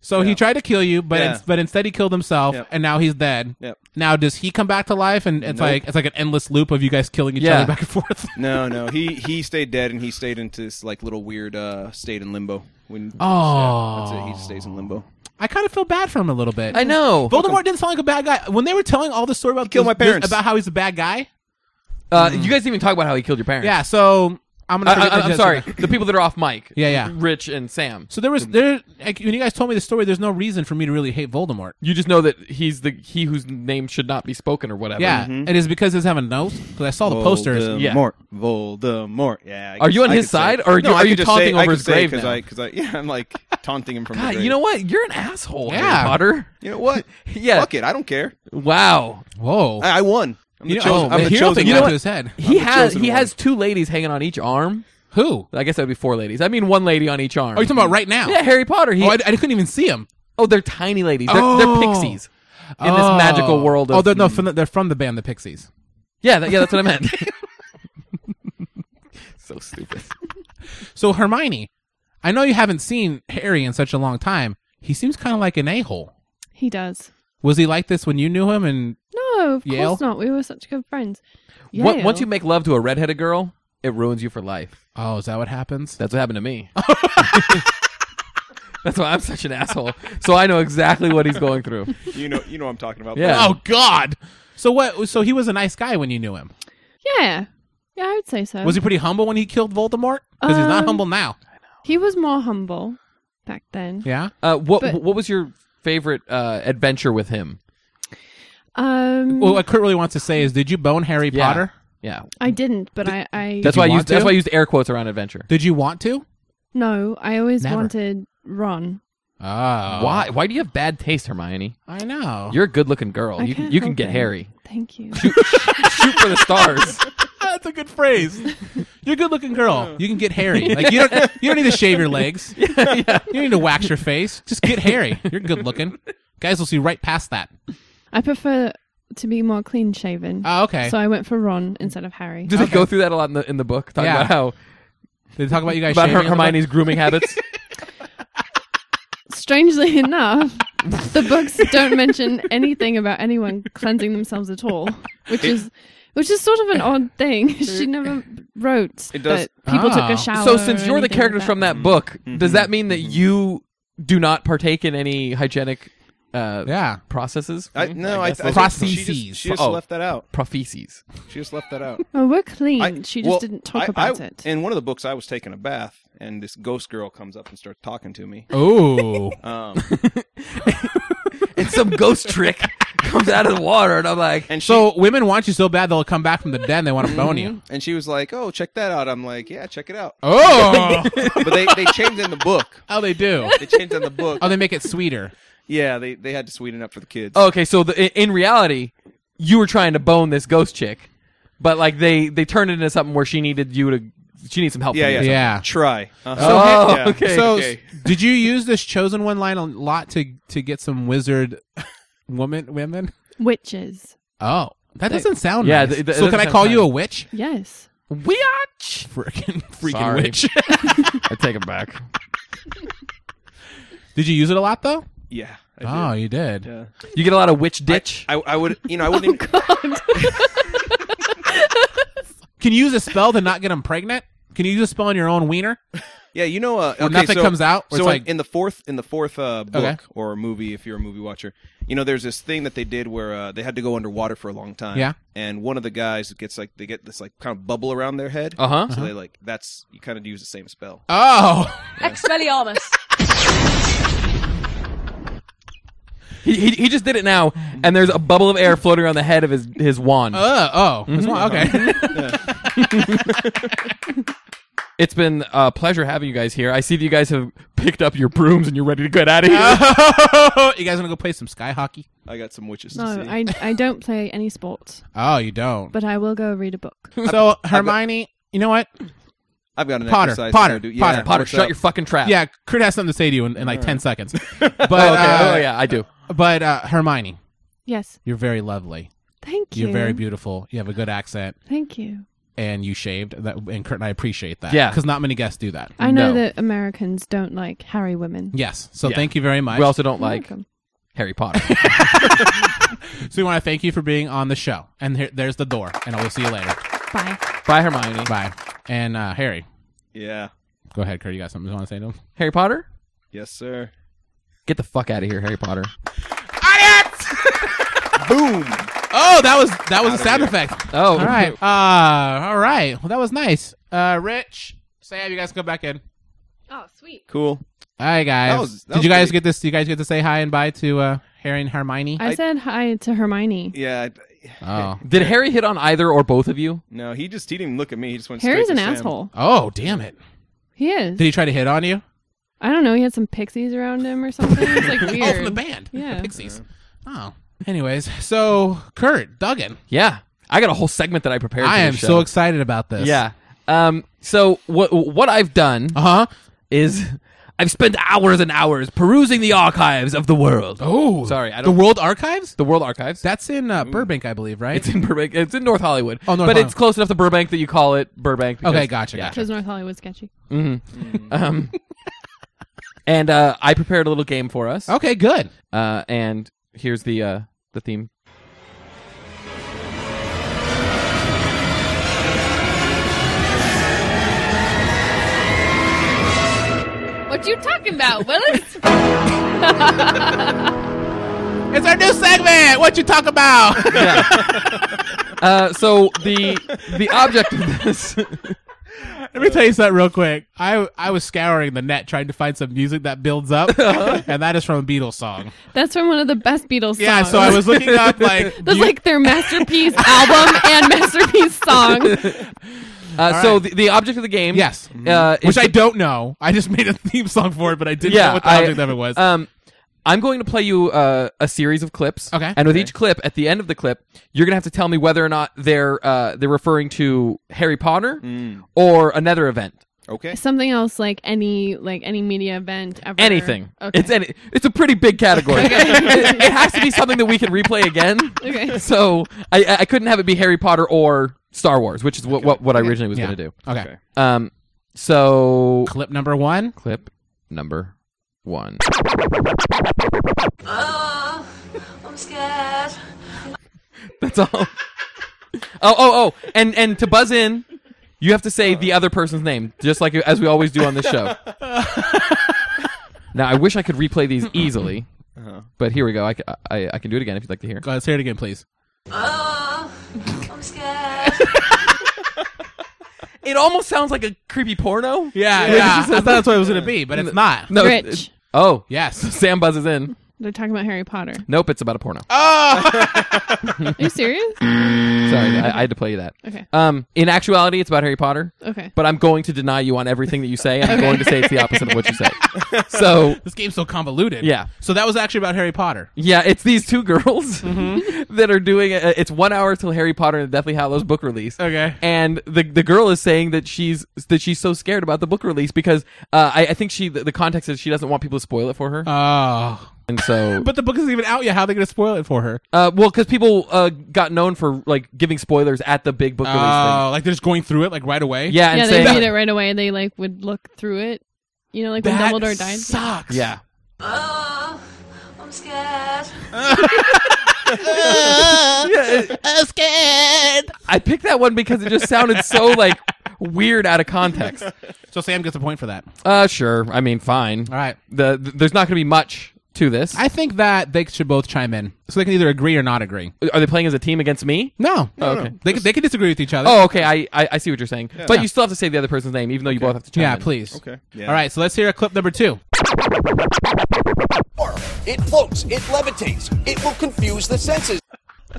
S3: So he tried to kill you, but
S7: Yeah.
S3: ins- but instead he killed himself,
S7: Yep.
S3: and now he's dead.
S7: Yep.
S3: Now does he come back to life? And it's like it's like an endless loop of you guys killing each
S2: Yeah.
S3: other back and forth.
S7: No, no, he he stayed dead, and he stayed into this like little weird uh state in limbo. When
S3: Oh.
S7: that's it, he just stays in limbo.
S3: I kind of feel bad for him a little bit.
S2: I know.
S3: Voldemort didn't sound like a bad guy when they were telling all the story about
S7: killed
S3: this-
S7: my parents.
S3: this- about how he's a bad guy.
S2: Uh, You guys didn't even talk about how he killed your parents.
S3: Yeah, so I'm gonna.
S2: I,
S3: forget
S2: I,
S3: that
S2: I'm
S3: just-
S2: sorry. the people that are off mic.
S3: Yeah, yeah.
S2: Rich and Sam.
S3: So there was there like, when you guys told me the story. There's no reason for me to really hate Voldemort.
S2: You just know that he's the he whose name should not be spoken or whatever.
S3: Yeah, and it's because he's having nose. Because I
S2: Oh,
S3: saw the posters.
S2: Yeah.
S7: Voldemort. Voldemort. Yeah. I
S2: Are
S7: could-
S2: you on
S7: I
S2: his
S7: could say-
S2: side, or are
S7: No,
S2: you-
S7: I
S2: are
S7: could
S2: you
S7: just
S2: taunting
S7: say, I
S2: over
S7: could
S2: his
S7: say
S2: grave
S7: Cause
S2: now?
S7: I, cause I, yeah, I'm like taunting him from the
S2: God,
S7: grave.
S2: you know what? You're an asshole, Harry
S3: Yeah.
S2: Potter.
S7: You know what?
S2: Yeah.
S7: Fuck it. I don't care.
S2: Wow.
S3: Whoa.
S7: I, I won. I'm the
S3: you know,
S7: chosen.
S3: oh,
S7: I'm
S3: the
S7: the
S3: hero
S7: chosen.
S3: thing
S7: one.
S3: went to his head.
S2: He
S7: the
S2: has
S7: chosen
S2: he
S7: one.
S2: has two ladies hanging on each arm.
S3: Who?
S2: I guess that would be four ladies. I mean, one lady on each arm.
S3: Are you talking about Oh, right now?
S2: Yeah, Harry Potter. He,
S3: Oh, I, I couldn't even see him
S2: oh, they're tiny ladies. They're, they're
S3: Oh.
S2: pixies in this magical world. Of,
S3: oh, they're, no, from the, they're from the band the Pixies.
S2: yeah, that, yeah, that's what I meant. so stupid.
S3: So Hermione, I know you haven't seen Harry in such a long time. He seems kind of like an a hole.
S4: He does.
S3: Was he like this when you knew him? And
S4: No, of
S3: Yale?
S4: course not. We were such good friends.
S2: Once- Once you
S4: Yale.
S2: make love to a redheaded girl, it ruins you for life.
S3: oh, is that what happens?
S2: That's what happened to me. That's why I'm such an asshole. So I know exactly what he's going through.
S7: You know, you know what I'm talking about.
S2: Yeah.
S3: Oh God. So what? So he was a nice guy when you knew him.
S4: yeah, yeah, I would say so.
S3: Was he pretty humble when he killed Voldemort? Because he's not
S4: Um,
S3: humble now.
S4: He was more humble back then.
S3: Yeah.
S2: Uh, what
S4: But-
S2: What was your favorite uh, adventure with him?
S4: Um,
S3: Well, what Kurt really wants to say is, did you bone Harry
S2: Yeah.
S3: Potter?
S2: Yeah,
S4: I didn't, but I, I
S2: that's
S3: you
S2: why I
S3: want
S2: used that's
S3: to?
S2: why I used air quotes around adventure.
S3: Did you want to?
S4: no, I always
S3: Never.
S4: wanted Ron.
S3: Oh.
S2: Uh, Why Why do you have bad taste, Hermione?
S3: I know.
S2: You're a good looking girl.
S4: I
S2: you can
S4: can't
S2: you can
S4: help
S2: get
S4: it.
S2: hairy.
S4: Thank you.
S2: Shoot for the stars.
S3: Ah, That's a good phrase. You're a good-looking girl. You can get hairy. Like you don't. You don't need to shave your legs. You don't need to wax your face. Just get hairy. You're good-looking. Guys will see right past that.
S4: I prefer to be more clean shaven.
S3: Oh, okay.
S4: So I went for Ron instead of Harry.
S2: Do they go through that a lot in the in the book? Talking
S3: Yeah.
S2: about how
S3: Did they talk about you guys
S2: about
S3: shaving
S2: Her-
S3: a little bit?
S2: Hermione's grooming habits.
S4: Strangely enough, the books don't mention anything about anyone cleansing themselves at all, which is which is sort of an odd thing. she never wrote
S7: It does-
S4: that people took
S3: Ah.
S4: a shower.
S2: so since
S4: or
S2: you're the
S4: anything
S2: characters
S4: like
S2: from that book,
S3: Mm-hmm.
S2: does that mean that you do not partake in any hygienic uh,
S3: Yeah.
S2: processes?
S7: I,
S2: Hmm?
S7: no, I,
S2: guess
S7: I,
S2: those are
S7: think she just, she just
S2: Oh.
S7: left that out.
S2: prophecies.
S7: She just left that out.
S4: Oh, we're clean.
S7: I-
S4: she just
S7: well,
S4: didn't talk
S7: I-
S4: about
S7: I-
S4: it.
S7: In one of the books, I was taking a bath, and this ghost girl comes up and starts talking to me.
S3: Oh.
S7: Um,
S2: It's some ghost trick. comes out of the water, and I'm like,
S7: and
S3: so women want you so bad they'll come back from the den. They want to bone you.
S7: And she was like, "Oh, check that out." I'm like, "Yeah, check it out."
S3: Oh.
S2: Mm-hmm.
S7: but they they changed in the book.
S3: Oh, they do.
S7: They changed in the book.
S3: Oh, they make it sweeter.
S7: Yeah, they they had to sweeten up for the kids.
S2: Oh, okay, so the, in in reality, you were trying to bone this ghost chick, but like they they turned it into something where she needed you to she needs some help.
S7: yeah,
S2: from
S7: yeah,
S2: you.
S3: Yeah.
S7: Try.
S2: So,
S7: Uh-huh.
S2: oh,
S7: Yeah.
S2: okay.
S3: So,
S7: Okay.
S3: s- did you use this chosen one line a lot to to get some wizard woman women?
S4: Witches.
S3: Oh, that doesn't sound
S2: Yeah,
S3: nice.
S2: th- th-
S3: so
S2: that
S3: can I
S2: sounds
S3: call you
S2: nice.
S3: a witch?
S4: Yes.
S2: Weatch.
S3: Freaking freaking
S2: Sorry.
S3: witch.
S2: I take it back.
S3: Did you use it a lot though?
S7: Yeah.
S3: Oh,
S7: I
S3: you did.
S7: did. Yeah.
S2: You get a lot of witch ditch.
S7: I, I would you know I wouldn't even,
S3: Can you use a spell to not get them pregnant? Can you use a spell on your own wiener?
S7: yeah you know uh,
S3: When
S7: okay,
S3: nothing
S7: so-
S3: comes out,
S7: so
S3: it's
S7: in,
S3: like-
S7: in the fourth in the fourth uh, book
S3: Okay.
S7: or movie if you're a movie watcher you know there's this thing that they did where uh, they had to go underwater for a long time
S3: Yeah.
S7: and one of the guys gets like they get this like kind of bubble around their head
S2: Uh-huh.
S7: so they like that's you kind of use the same spell
S3: Oh,
S8: Expelliarmus.
S2: He, he, he just did it now, and there's a bubble of air floating around the head of his his wand.
S3: uh, oh, That's why- okay.
S2: It's been a pleasure having you guys here. I see that you guys have picked up your brooms and you're ready to get out of here.
S3: you guys wanna go play some sky hockey?
S7: I got some witches
S4: No,
S7: to see
S4: I, I don't play any sports,
S3: Oh, you don't.
S4: but I will go read a book.
S3: so Hermione, you know what?
S7: I've got an
S3: Potter,
S7: exercise
S3: Potter,
S7: to go do. Yeah,
S3: Potter,
S2: Potter,
S7: what's
S2: shut
S7: up?
S2: your fucking trap.
S3: Yeah, Kurt has something to say to you in, in like ten seconds. But
S2: Ah. Uh. Oh, okay.
S3: uh,
S2: oh yeah, I do.
S3: But uh, Hermione,
S4: Yes.
S3: you're very lovely.
S4: Thank you.
S3: You're very beautiful. You have a good accent,
S4: Thank you.
S3: and you shaved. That, and Kurt and I appreciate that.
S2: Yeah.
S3: because not many guests do that.
S4: I know
S2: No.
S4: that Americans don't like hairy women.
S3: Yes. So
S2: Yeah.
S3: thank you very much.
S2: We also don't like
S4: welcome.
S2: Harry Potter.
S3: so we want to thank you for being on the show. And here, there's the door. And I will see you later.
S4: Bye.
S2: Bye, Hermione.
S3: Bye. And uh, Harry,
S7: yeah
S3: go ahead, Kurt. You got something you want to say to him?
S2: Harry Potter,
S7: yes sir
S2: get the fuck out of here, Harry Potter.
S7: boom
S3: Oh, that was that was a
S7: Outta
S3: sound
S7: here.
S3: effect.
S2: Oh,
S3: All right. Uh, all right. Well, that was nice. Uh, Rich, Sam, you guys come back in.
S11: Oh, sweet.
S7: cool
S3: All right, guys.
S7: That was- that
S3: Did you
S7: was
S3: guys
S7: pretty-
S3: get this? You guys get to say hi and bye to uh, Harry and Hermione.
S4: I, said hi to Hermione.
S7: yeah I-
S3: oh.
S2: Did Harry hit on either or both of you?
S7: no he just he didn't even look at me he just went
S4: Harry's an
S7: straight to Sam.
S4: asshole.
S3: Oh, damn it!
S4: He is.
S3: Did he try to hit on you?
S4: I don't know. He had some pixies around him or something. It's like weird.
S3: Oh, from the band,
S4: Yeah.
S3: the Pixies. Oh. Anyways, so Kurt Duggan,
S2: Yeah, I got a whole segment that I prepared.
S3: I
S2: for
S3: am
S2: this
S3: so
S2: show.
S3: excited about this.
S2: Yeah. Um. So what what I've done
S3: Uh huh.
S2: is I've spent hours and hours perusing the archives of the world.
S3: Oh,
S2: Sorry, I
S3: the
S2: don't-
S3: World Archives.
S2: The World Archives.
S3: That's in uh, Burbank, I believe, right?
S2: It's in Burbank. It's in North Hollywood.
S3: Oh, North
S2: but
S3: Hollywood.
S2: it's close enough to Burbank that you call it Burbank. because-
S3: okay, gotcha.
S2: Yeah.
S3: gotcha.
S4: Because North Hollywood's sketchy.
S2: Um, and uh, I prepared a little game for us.
S3: Okay, good.
S2: Uh, and here's the uh, the theme.
S11: What you talking about, Willis?
S3: It's our new segment. What you talk about?
S2: Uh, so the the object of this. uh,
S3: Let me tell you something real quick. I I was scouring the net trying to find some music that builds up, and that is from a Beatles song.
S4: That's from one of the best Beatles
S3: Uh-huh. Yeah,
S4: songs.
S3: so I was looking up like,
S4: That's
S3: mu-
S4: like their masterpiece album and masterpiece song.
S2: Uh, so the, the object of the game.
S3: yes,
S2: Uh, is
S3: which I
S2: to-
S3: don't know. I just made a theme song for it, but I didn't
S2: yeah.
S3: know what the
S2: I-
S3: object of it was.
S2: Um, I'm going to play you uh, a series of clips.
S3: Okay.
S2: And with each clip, at the end of the clip, you're gonna have to tell me whether or not they're uh, they're referring to Harry Potter
S4: Mm.
S2: or another event.
S7: okay
S4: Something else like any like any media event ever.
S2: Anything.
S4: Okay.
S2: It's any. It's a pretty big category. it, it has to be something that we can replay again.
S4: Okay.
S2: So I- I, I couldn't have it be Harry Potter or Star Wars, which is what what, what I originally was
S3: Yeah.
S2: going to do.
S3: okay.
S7: Okay.
S2: Um. So
S3: clip number one.
S2: clip number one.
S8: I'm scared.
S2: That's all. oh oh oh! And and to buzz in, you have to say the other person's name, just like as we always do on this show. now I wish I could replay these easily. But here we go. I, c- I- I can do it again if you'd like to hear.
S3: Go, let's hear it again, please.
S8: I'm scared.
S2: It almost sounds like a creepy porno.
S3: Yeah, yeah. I thought that's what it was gonna be, but it's not.
S2: No.
S4: Rich.
S2: it- oh,
S3: Yes.
S2: Sam buzzes in.
S4: They're talking about Harry Potter.
S2: Nope, it's about a porno.
S4: Are you serious?
S2: Sorry, I, I had to play you that.
S4: Okay.
S3: Uh,
S2: Um, in actuality, it's about Harry Potter.
S4: Okay.
S2: But I'm going to deny you on everything that you say. and I'm
S3: Okay.
S2: going to say it's the opposite of what you say. So
S3: this game's so convoluted.
S2: Yeah.
S3: So that was actually about Harry Potter.
S2: Yeah, it's these two girls
S3: Mm-hmm.
S2: that are doing a, it's one hour till Harry Potter and the Deathly Hallows book release.
S3: Okay,
S2: and the the girl is saying that she's that she's so scared about the book release because uh, I, I think she the, the context is she doesn't want people to spoil it for her.
S3: Oh,
S2: and so
S3: But the book isn't even out yet. How are they going to spoil it for her?
S2: uh, well, because people uh, got known for like giving spoilers at the big book
S3: Oh,
S2: release thing.
S3: like they're just going through it like right away.
S2: Yeah, and
S4: yeah, they
S2: saying
S4: read it right away. They like would look through it. You know, like when
S3: That
S4: Dumbledore died.
S3: Sucks.
S2: yeah.
S8: Oh, I'm scared.
S2: I'm
S8: scared.
S2: I picked that one because it just sounded so like weird out of context.
S3: So Sam gets a point for that.
S2: Uh, sure. I mean, fine. All
S3: right.
S2: The, th- there's not going to be much to this.
S3: I think that they should both chime in, so they can either agree or not agree.
S2: Are they playing as a team against me?
S3: No.
S2: Oh, okay.
S3: They can, they can disagree with each other.
S2: Oh, okay. I, I, I see what you're saying,
S3: Yeah.
S2: but
S3: Yeah.
S2: you still have to say the other person's name, even though you both have to. Chime
S3: yeah,
S2: in.
S3: please.
S7: Okay.
S3: All right. So let's hear clip number two.
S12: It floats, it levitates, it will confuse the senses.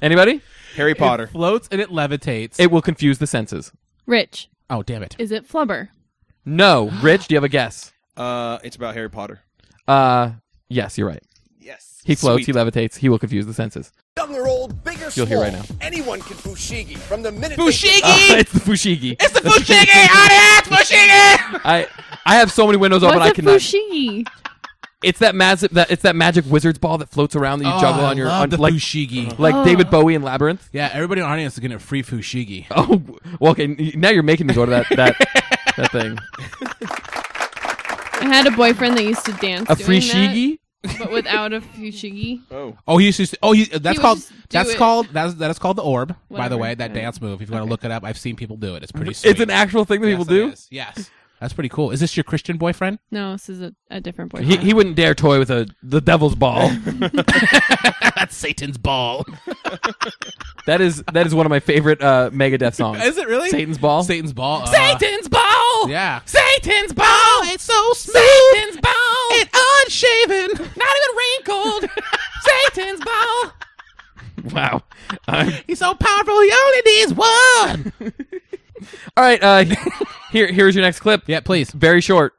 S2: Anybody?
S7: Harry
S3: Potter floats and it levitates.
S2: It will confuse the senses.
S4: Rich,
S3: Oh, damn it.
S4: is it Flubber?
S2: No, Rich. Do you have a guess?
S7: Uh, it's about Harry Potter.
S2: Uh, yes, you're right.
S12: Yes.
S2: He floats.
S12: Sweet.
S2: He levitates. He will confuse the senses.
S12: Young or old, big or
S2: You'll
S12: small,
S2: hear right now.
S12: anyone can fushigi from the minute.
S2: Ah,
S3: Oh,
S12: Fushigi!
S2: it's the fushigi. It's the
S12: fushigi! fushigi!
S2: I I have so many windows open. I
S4: What's a
S2: cannot.
S4: fushigi?
S2: It's that magic. That it's that magic wizard's ball that floats around that you
S3: Oh,
S2: juggle
S3: I
S2: on your
S3: love
S2: on,
S3: the
S2: like Uh-huh.
S3: fushigi.
S2: like
S3: Oh.
S2: David Bowie in Labyrinth.
S3: Yeah, everybody in the audience is getting a free fushigi.
S2: Oh, well, okay. n- Now you're making me go to that that that thing.
S4: I had a boyfriend that used to dance
S2: A
S4: doing
S2: fushigi?
S4: that, but without a fushigi.
S7: Oh.
S3: Oh, he used to. Oh, he, that's
S4: would
S3: called.
S4: just do
S3: That's
S4: it.
S3: called. That's that is called the orb. By
S4: Whatever,
S3: the way, that
S4: yeah.
S3: dance move. If you want to look it up, I've seen people do it. It's pretty.
S2: It's
S3: Sweet.
S2: an actual thing that
S3: Yes,
S2: people
S3: it
S2: do?
S3: is. Yes, that's pretty cool. Is this your Christian boyfriend?
S4: No, this is a, a different boyfriend.
S2: He, he wouldn't dare toy with a the devil's ball.
S3: that's Satan's ball.
S2: that is that is one of my favorite uh, Megadeth songs.
S3: Is it really?
S2: Satan's ball?
S3: Satan's ball. uh,
S2: Satan's ball.
S3: Yeah. Oh,
S2: Satan's ball. It's
S3: so
S2: smooth. Satan's ball. And
S3: unshaven.
S2: Not even wrinkled. Satan's ball. Wow. I'm-
S3: He's so powerful. He only needs one.
S2: All right. Uh, here here's your next clip.
S3: Yeah, please.
S2: Very short.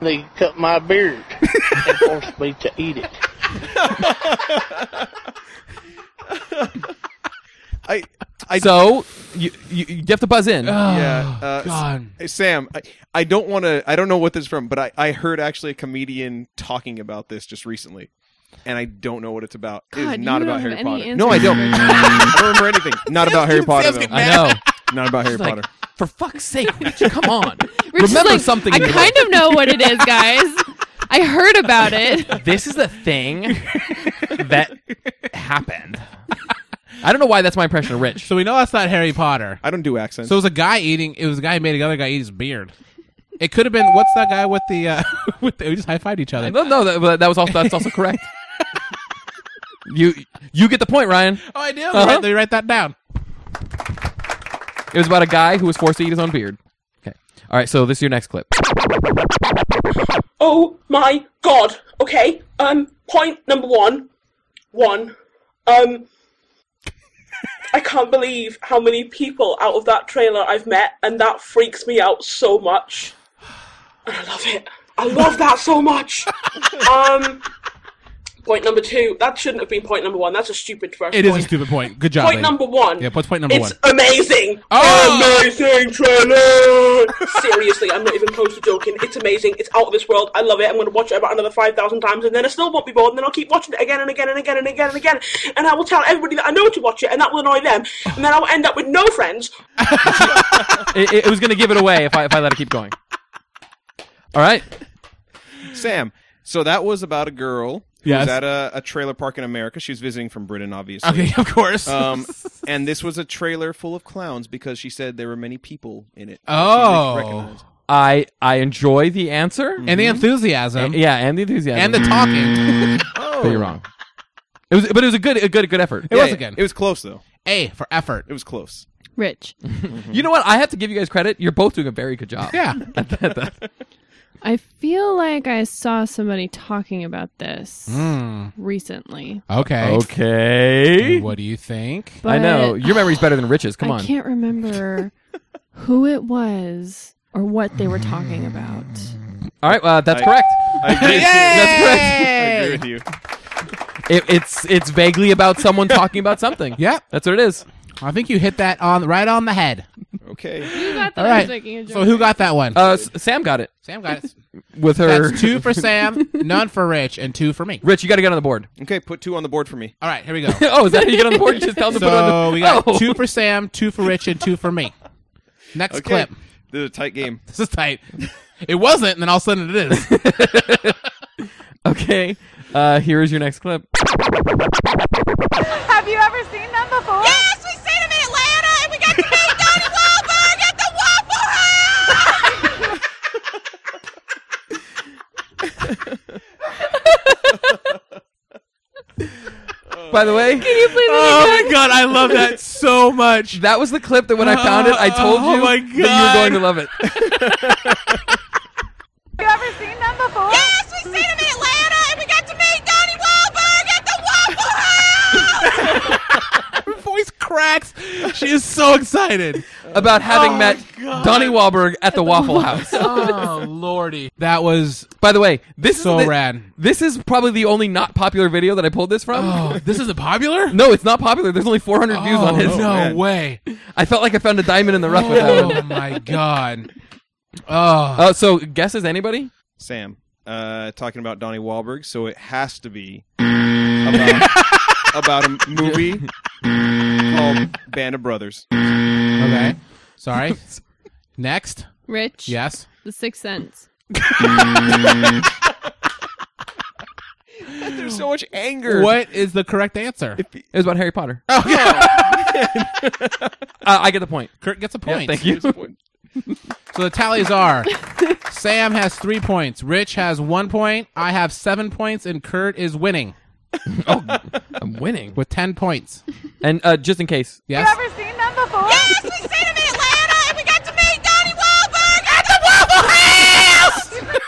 S13: They cut my beard and forced me to eat it.
S7: I,
S2: so you, you you have to buzz in.
S7: yeah. Uh,
S3: God.
S7: S- Sam, I, I don't want to. I don't know what this is from, but I, I heard actually a comedian talking about this just recently, and I don't know what it's about. it
S4: God,
S7: is not
S4: you
S7: about
S4: don't
S7: Harry
S4: have any
S7: Potter.
S4: answers
S7: No, I don't.
S4: for
S7: I don't remember anything. Not about Harry Potter.
S2: Sam's
S7: Though.
S2: getting mad. I know.
S7: Not about Harry
S2: She's like,
S7: Potter.
S2: For fuck's sake, Rich, come on.
S4: Rich is
S2: Remember
S4: like,
S2: something.
S4: I
S2: in your
S4: kind of know what it is, guys. I heard about it.
S2: this is the thing that happened. I don't know why that's my impression of Rich.
S3: So we know that's not Harry Potter.
S7: I don't do accents.
S3: So it was a guy eating. It was a guy who made another guy eat his beard. It could have been what's that guy with the uh, with the, we just high fived each other.
S2: No, no, that, that was also that's also correct. You you get the point, Ryan.
S3: Oh, I do.
S2: Uh-huh.
S3: Let me write that down.
S2: It was about a guy who was forced to eat his own beard. Okay. All right. So this is your next clip.
S14: Oh my god. Okay. Um point number 1. 1. Um I can't believe how many people out of that trailer I've met and that freaks me out so much. And I love it. I love that so much. Um point number 2. That shouldn't have been point number 1. That's a stupid first
S3: It is
S14: point.
S3: a stupid point. Good job.
S14: Point
S3: lady.
S14: number one.
S3: Yeah, what's point number
S14: it's
S3: one?
S14: amazing.
S3: Oh!
S14: Amazing trailer. Seriously, I'm not even close to joking. It's amazing. It's out of this world. I love it. I'm going to watch it about another 5,000 times and then I still won't be bored and then I'll keep watching it again and again and again and again and again. And I will tell everybody that I know to watch it and that will annoy them. And then I will end up with no friends.
S2: It, it, it was going to give it away if I if I let it keep going. All right.
S7: Sam. So that was about a girl who
S2: Yes.
S7: was at a, a trailer park in America. She was visiting from Britain, obviously.
S3: Okay, of course.
S7: Um, and this was a trailer full of clowns because she said there were many people in it.
S3: Oh.
S2: I I enjoy the answer
S4: Mm-hmm.
S3: And
S14: hmm?
S3: the enthusiasm.
S2: A- yeah, and the enthusiasm
S3: And the talking.
S2: But you're wrong. It was, but it was a good a good a good effort.
S3: It was Yeah, good.
S7: It was close though.
S3: A for effort.
S7: It was close.
S4: Rich.
S2: You know what? I have to give you guys credit. You're both doing a very good job.
S3: Yeah.
S2: at that.
S4: I feel like I saw somebody talking about this
S2: Hmm.
S3: Mm.
S4: recently.
S3: Okay.
S2: Okay.
S3: What do you think?
S2: I know
S4: But-
S2: your memory's better than Rich's. Come
S4: I
S2: on.
S4: can't remember who it was or what they were talking about.
S2: All right, uh, that's
S4: I-
S2: correct.
S4: I agree with you.
S2: that's correct.
S4: Yay! I agree
S7: with you.
S2: It, it's it's vaguely about someone talking about something.
S3: Yeah,
S2: that's what it is.
S3: I think you hit that on right on the head.
S7: Okay.
S4: Who got
S3: All right. So who got that one?
S2: Uh, S- Sam got it
S3: Sam got it.
S2: with her.
S3: That's two for Sam, none for Rich, and two for me.
S2: Rich, you got to get on the board.
S7: Okay, put two on the board for me.
S3: All right, here we go.
S2: oh, is that how you get on the board? Just tell them
S3: so
S2: to put it on the-
S3: we got
S2: Oh.
S3: two for Sam, two for Rich, and two for me. Next
S7: Okay.
S3: clip.
S7: This is a tight game.
S3: This is tight. It wasn't, and then all of a sudden it is.
S2: Okay. Uh, here is your next clip.
S15: Have you ever seen them before? Yes, we seen them in Atlanta, and we got to meet Donnie Wahlberg at the Waffle House.
S2: By the way, can
S4: you play
S3: the Oh my god, I love that so much.
S2: That was the clip that when I found it, I told you
S3: Oh my
S2: that you were going to love it.
S15: Have you ever seen them before? Yes, we seen them in Atlanta, and we got to meet Donnie Wahlberg at the Waffle House.
S3: Her voice cracks. She is so excited
S2: about having
S3: Oh
S2: met
S3: my God.
S2: Donnie Wahlberg at the Waffle House.
S3: oh lordy, that was.
S2: By the way, this
S3: So
S2: is the-
S3: rad.
S2: This is probably the only not popular video that I pulled this from.
S3: Oh, this isn't popular.
S2: No, it's not popular. There's only 400 views
S3: Oh,
S2: on it.
S3: no Man. way.
S2: I felt like I found a diamond in the rough with that
S3: Oh
S2: one.
S3: my god. Oh.
S2: Uh, so guesses anybody?
S7: Sam, uh, talking about Donnie Wahlberg, so it has to be about, about a movie called Band of Brothers.
S3: Okay. Sorry. Next.
S4: Rich?
S3: Yes.
S4: The Sixth Sense.
S7: There's so much anger.
S3: What is the correct answer?
S2: It was about Harry Potter. Uh, I get the point.
S3: Kurt gets a
S2: Yeah,
S3: point.
S2: thank you.
S3: So the tallies are Sam has three points, Rich has one point, I have seven points, and Kurt is winning
S2: Oh, I'm winning.
S3: with 10 points.
S2: And uh, just in case,
S15: Have you ever seen them before? Yes, we seen them in Atlanta, and we got to meet Donnie Wahlberg at the Waffle House.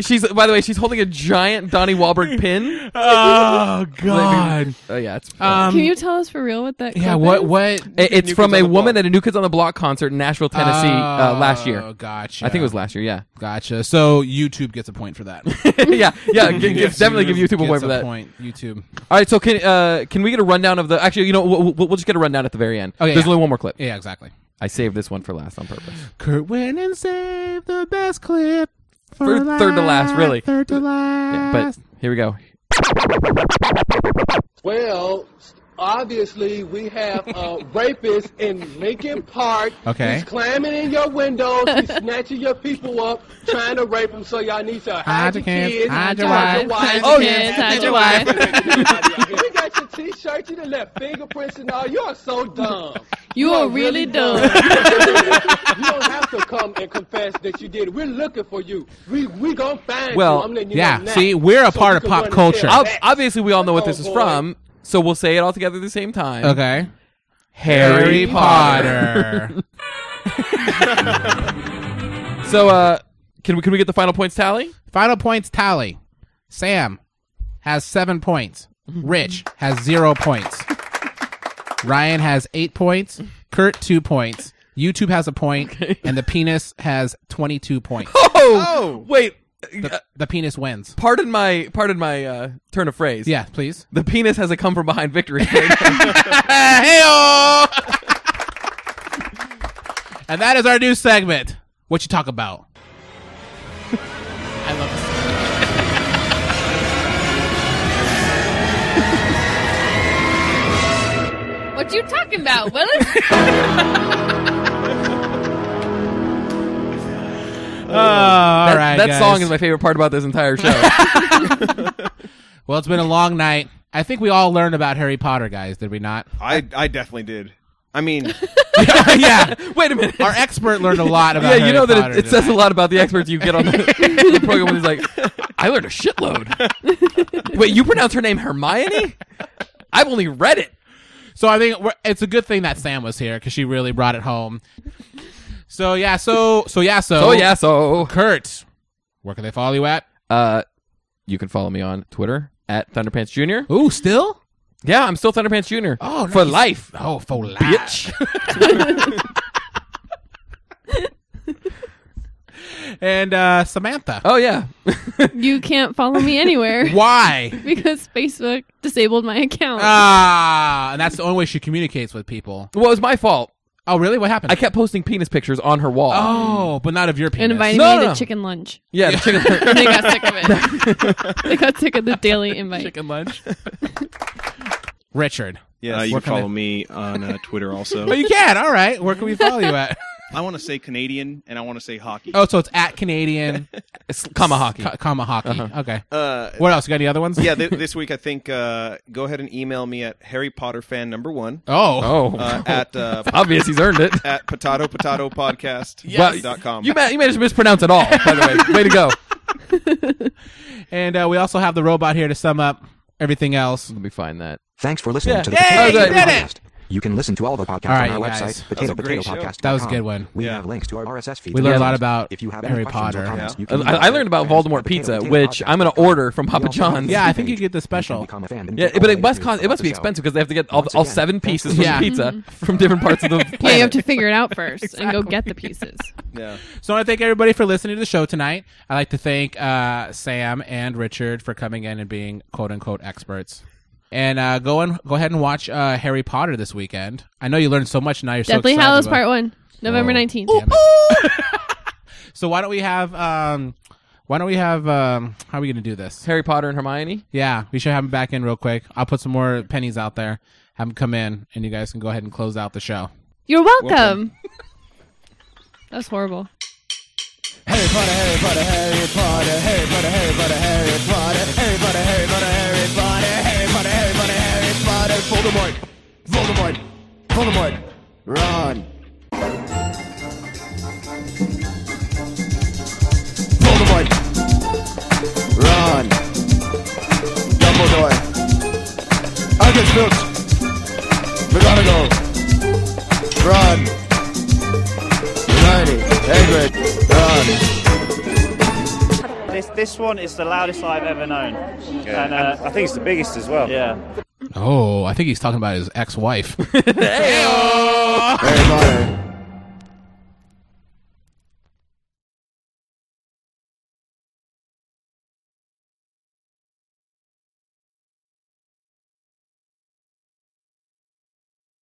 S2: She's by the way, she's holding a giant Donnie Wahlberg pin.
S3: Oh
S2: God! Oh yeah, it's
S3: Um,
S4: Can you tell us for real what that
S3: yeah,
S4: clip
S3: what
S4: is?
S3: what
S2: It- it's from a woman at a New Kids on the Block concert in Nashville, Tennessee, uh, last year.
S3: Oh, gotcha.
S2: I think it was last year. Yeah,
S3: Gotcha. So YouTube gets a point for that.
S2: yeah, yeah. Give, give- definitely give YouTube a
S3: Gets
S2: point for that.
S3: Point YouTube.
S2: All right, so can uh, can we get a rundown of the? Actually, you know, we'll, we'll we'll just get a rundown at the very end.
S3: Okay,
S2: There's
S3: yeah.
S2: only one more clip.
S3: Yeah, exactly.
S2: I saved this one for last on purpose.
S3: Kurt went and saved the best clip
S2: For third to last, really.
S3: Third to last.
S2: Yeah, but here we go.
S16: Well, obviously we have a rapist in Lincoln Park.
S3: Okay.
S16: He's climbing in your windows. He's snatching your people up, trying to rape them. So y'all need to hide,
S3: Hide
S16: your
S3: your
S16: kids,
S3: kids, hide your wife, hide
S16: Oh
S3: your
S16: yeah,
S3: kids, hide your wife.
S16: you got your T-shirt. You done left fingerprints and all. You are so dumb.
S4: You are really dumb.
S16: you don't have to come and confess that you did it. We're looking for you. We we gonna find you.
S2: Well,
S16: I'm letting you know now.
S2: See, we're a
S16: So
S2: part
S16: you
S2: of
S16: can
S2: pop
S16: run and
S2: culture.
S16: tell
S2: Ob-
S16: that.
S2: obviously, we all know what this is
S16: Oh, boy.
S2: from, so we'll say it all together at the same time.
S3: Okay.
S2: Harry
S3: Harry Potter.
S2: so, uh, can we can we get the final points tally?
S3: Final points tally. Sam has seven points. Rich has zero points. Ryan has eight points. Kurt two points. YouTube has a point, and the penis has twenty-two points.
S2: Oh, wait.
S3: The, the penis wins.
S2: Pardon my pardon my uh, turn of phrase.
S3: Yeah, please.
S2: The penis has a come from behind victory.
S3: And that is our new segment. What you talk about? I love this.
S11: What you talking about, Willis?
S3: Oh, all
S2: that,
S3: right,
S2: Uh, that
S3: guys.
S2: song is my favorite part about this entire show.
S3: Well, it's been a long night. I think we all learned about Harry Potter, guys. Did we not?
S7: I, I definitely did. I mean,
S3: yeah.
S2: Wait a minute.
S3: Our expert learned a lot about.
S2: yeah, you
S3: Harry
S2: know that
S3: Potter
S2: it, it
S3: today.
S2: says a lot about the experts you get on the, the program when he's like, I learned a shitload. Wait, you pronounce her name Hermione? I've only read it.
S3: So I think we're, it's a good thing that Sam was here because she really brought it home. So yeah, so so yeah, so
S2: So Oh, yeah, so
S3: Kurt, where can they follow you at?
S2: Uh, you can follow me on Twitter at Thunderpants Junior.
S3: Ooh, still?
S2: Yeah, I'm still Thunderpants Junior.
S3: Oh,
S2: for
S3: nice.
S2: life.
S3: Oh, for life. and uh, Samantha.
S2: Oh yeah.
S4: You can't follow me anywhere.
S3: Why?
S4: because Facebook disabled my account.
S3: Ah, and that's the only way she communicates with people.
S2: Well, it was my fault.
S3: Oh, really? What happened?
S2: I kept posting penis pictures on her wall.
S3: Oh, but not of your penis.
S4: and invited
S2: No,
S4: me
S2: no,
S4: to
S2: no.
S4: chicken lunch.
S2: Yeah, the chicken.
S4: and they got sick of it. they got sick of the daily invite.
S3: Chicken lunch. Richard.
S7: Yeah,
S3: Uh,
S7: you
S3: where
S7: can follow
S3: they-
S7: me on uh, Twitter also.
S3: Oh, you can. All right. Where can we follow you at?
S7: I want to say Canadian and I want to say hockey.
S3: Oh, so it's at Canadian.
S2: Kamahaki.
S3: Ka- Kamahaki.
S2: Uh-huh.
S3: Okay.
S7: Uh,
S3: what else? You got any other ones?
S7: yeah, th- this week I think uh, go ahead and email me at Harry Potter fan number one.
S3: Oh.
S7: Uh, at uh,
S2: It's obvious he's earned it.
S7: at potato potato podcast
S2: Well,
S7: dot com.
S2: You ma- you managed to mispronounce it all. By the way, way to go.
S3: And uh, we also have the robot here to sum up everything else.
S2: Let me find that.
S14: Thanks for listening
S3: Yeah.
S14: to the
S3: Yay,
S14: Potato
S3: you
S14: Potato
S3: did it!
S14: Podcast. You can listen to all the podcasts
S3: All right,
S14: on
S3: you
S14: our
S3: guys.
S7: That
S14: website,
S7: was a
S14: potato
S7: great
S14: potato
S7: show.
S14: podcast.
S3: That was a good one.
S14: We have links to our RSS feed.
S3: We learned a
S14: and
S3: lot
S14: others.
S3: about
S14: if you have
S3: Harry
S14: any questions or
S3: Potter.
S14: comments,
S2: Yeah.
S14: you can
S2: I-
S14: email
S2: I learned about
S14: our friends at
S2: Voldemort
S14: the
S2: pizza,
S14: potatopotatopodcast
S2: which I'm gonna
S14: dot com.
S2: order from
S14: We
S2: Papa
S14: also have a
S2: John's.
S3: Yeah, I think
S14: page.
S3: you get the
S14: can
S3: special.
S14: become a fan and
S2: Yeah,
S14: get
S2: but
S14: all
S2: it
S14: the
S2: must
S14: interviews
S2: cost, it
S14: about
S2: must
S14: the
S2: be
S14: show.
S2: expensive because they have to get all,
S14: Once
S2: all
S14: again, Mm-hmm.
S2: seven
S14: thanks
S2: pieces
S14: for
S2: from
S3: listening.
S2: pizza from different parts of the planet.
S4: Yeah, you have to figure it out first and go get the pieces.
S7: Yeah.
S3: So I want to thank everybody for listening to the show tonight. I'd like to thank uh, Sam and Richard for coming in and being quote unquote experts. And uh, go and go ahead and watch uh, Harry Potter this weekend. I know you learned so much. Now you're
S4: Deathly
S3: so excited.
S4: Hallows
S3: about-
S4: Part One, November
S3: Oh.
S4: nineteenth.
S3: So why don't we have um, why don't we have um, how are we going to do this?
S2: Harry Potter and Hermione.
S3: Yeah, we should have them back in real quick. I'll put some more pennies out there. Have them come in, and you guys can go ahead and close out the show.
S4: You're welcome. that was horrible.
S9: Harry Potter, Harry Potter, Harry Potter, Harry Potter, Harry Potter, Harry Potter, Harry Potter, Harry Potter, Harry Potter, Harry Potter, Harry Potter, Harry Potter, Voldemort, Voldemort, Voldemort, Ron. Voldemort, Ron, Dumbledore, Argus Filch, McGonagall, Ron, Hermione, Hagrid, Ron.
S17: This this one is the loudest I've ever known, and uh, I think it's the biggest as well. Yeah.
S3: Oh, I think he's talking about his ex-wife.
S9: Harry Potter.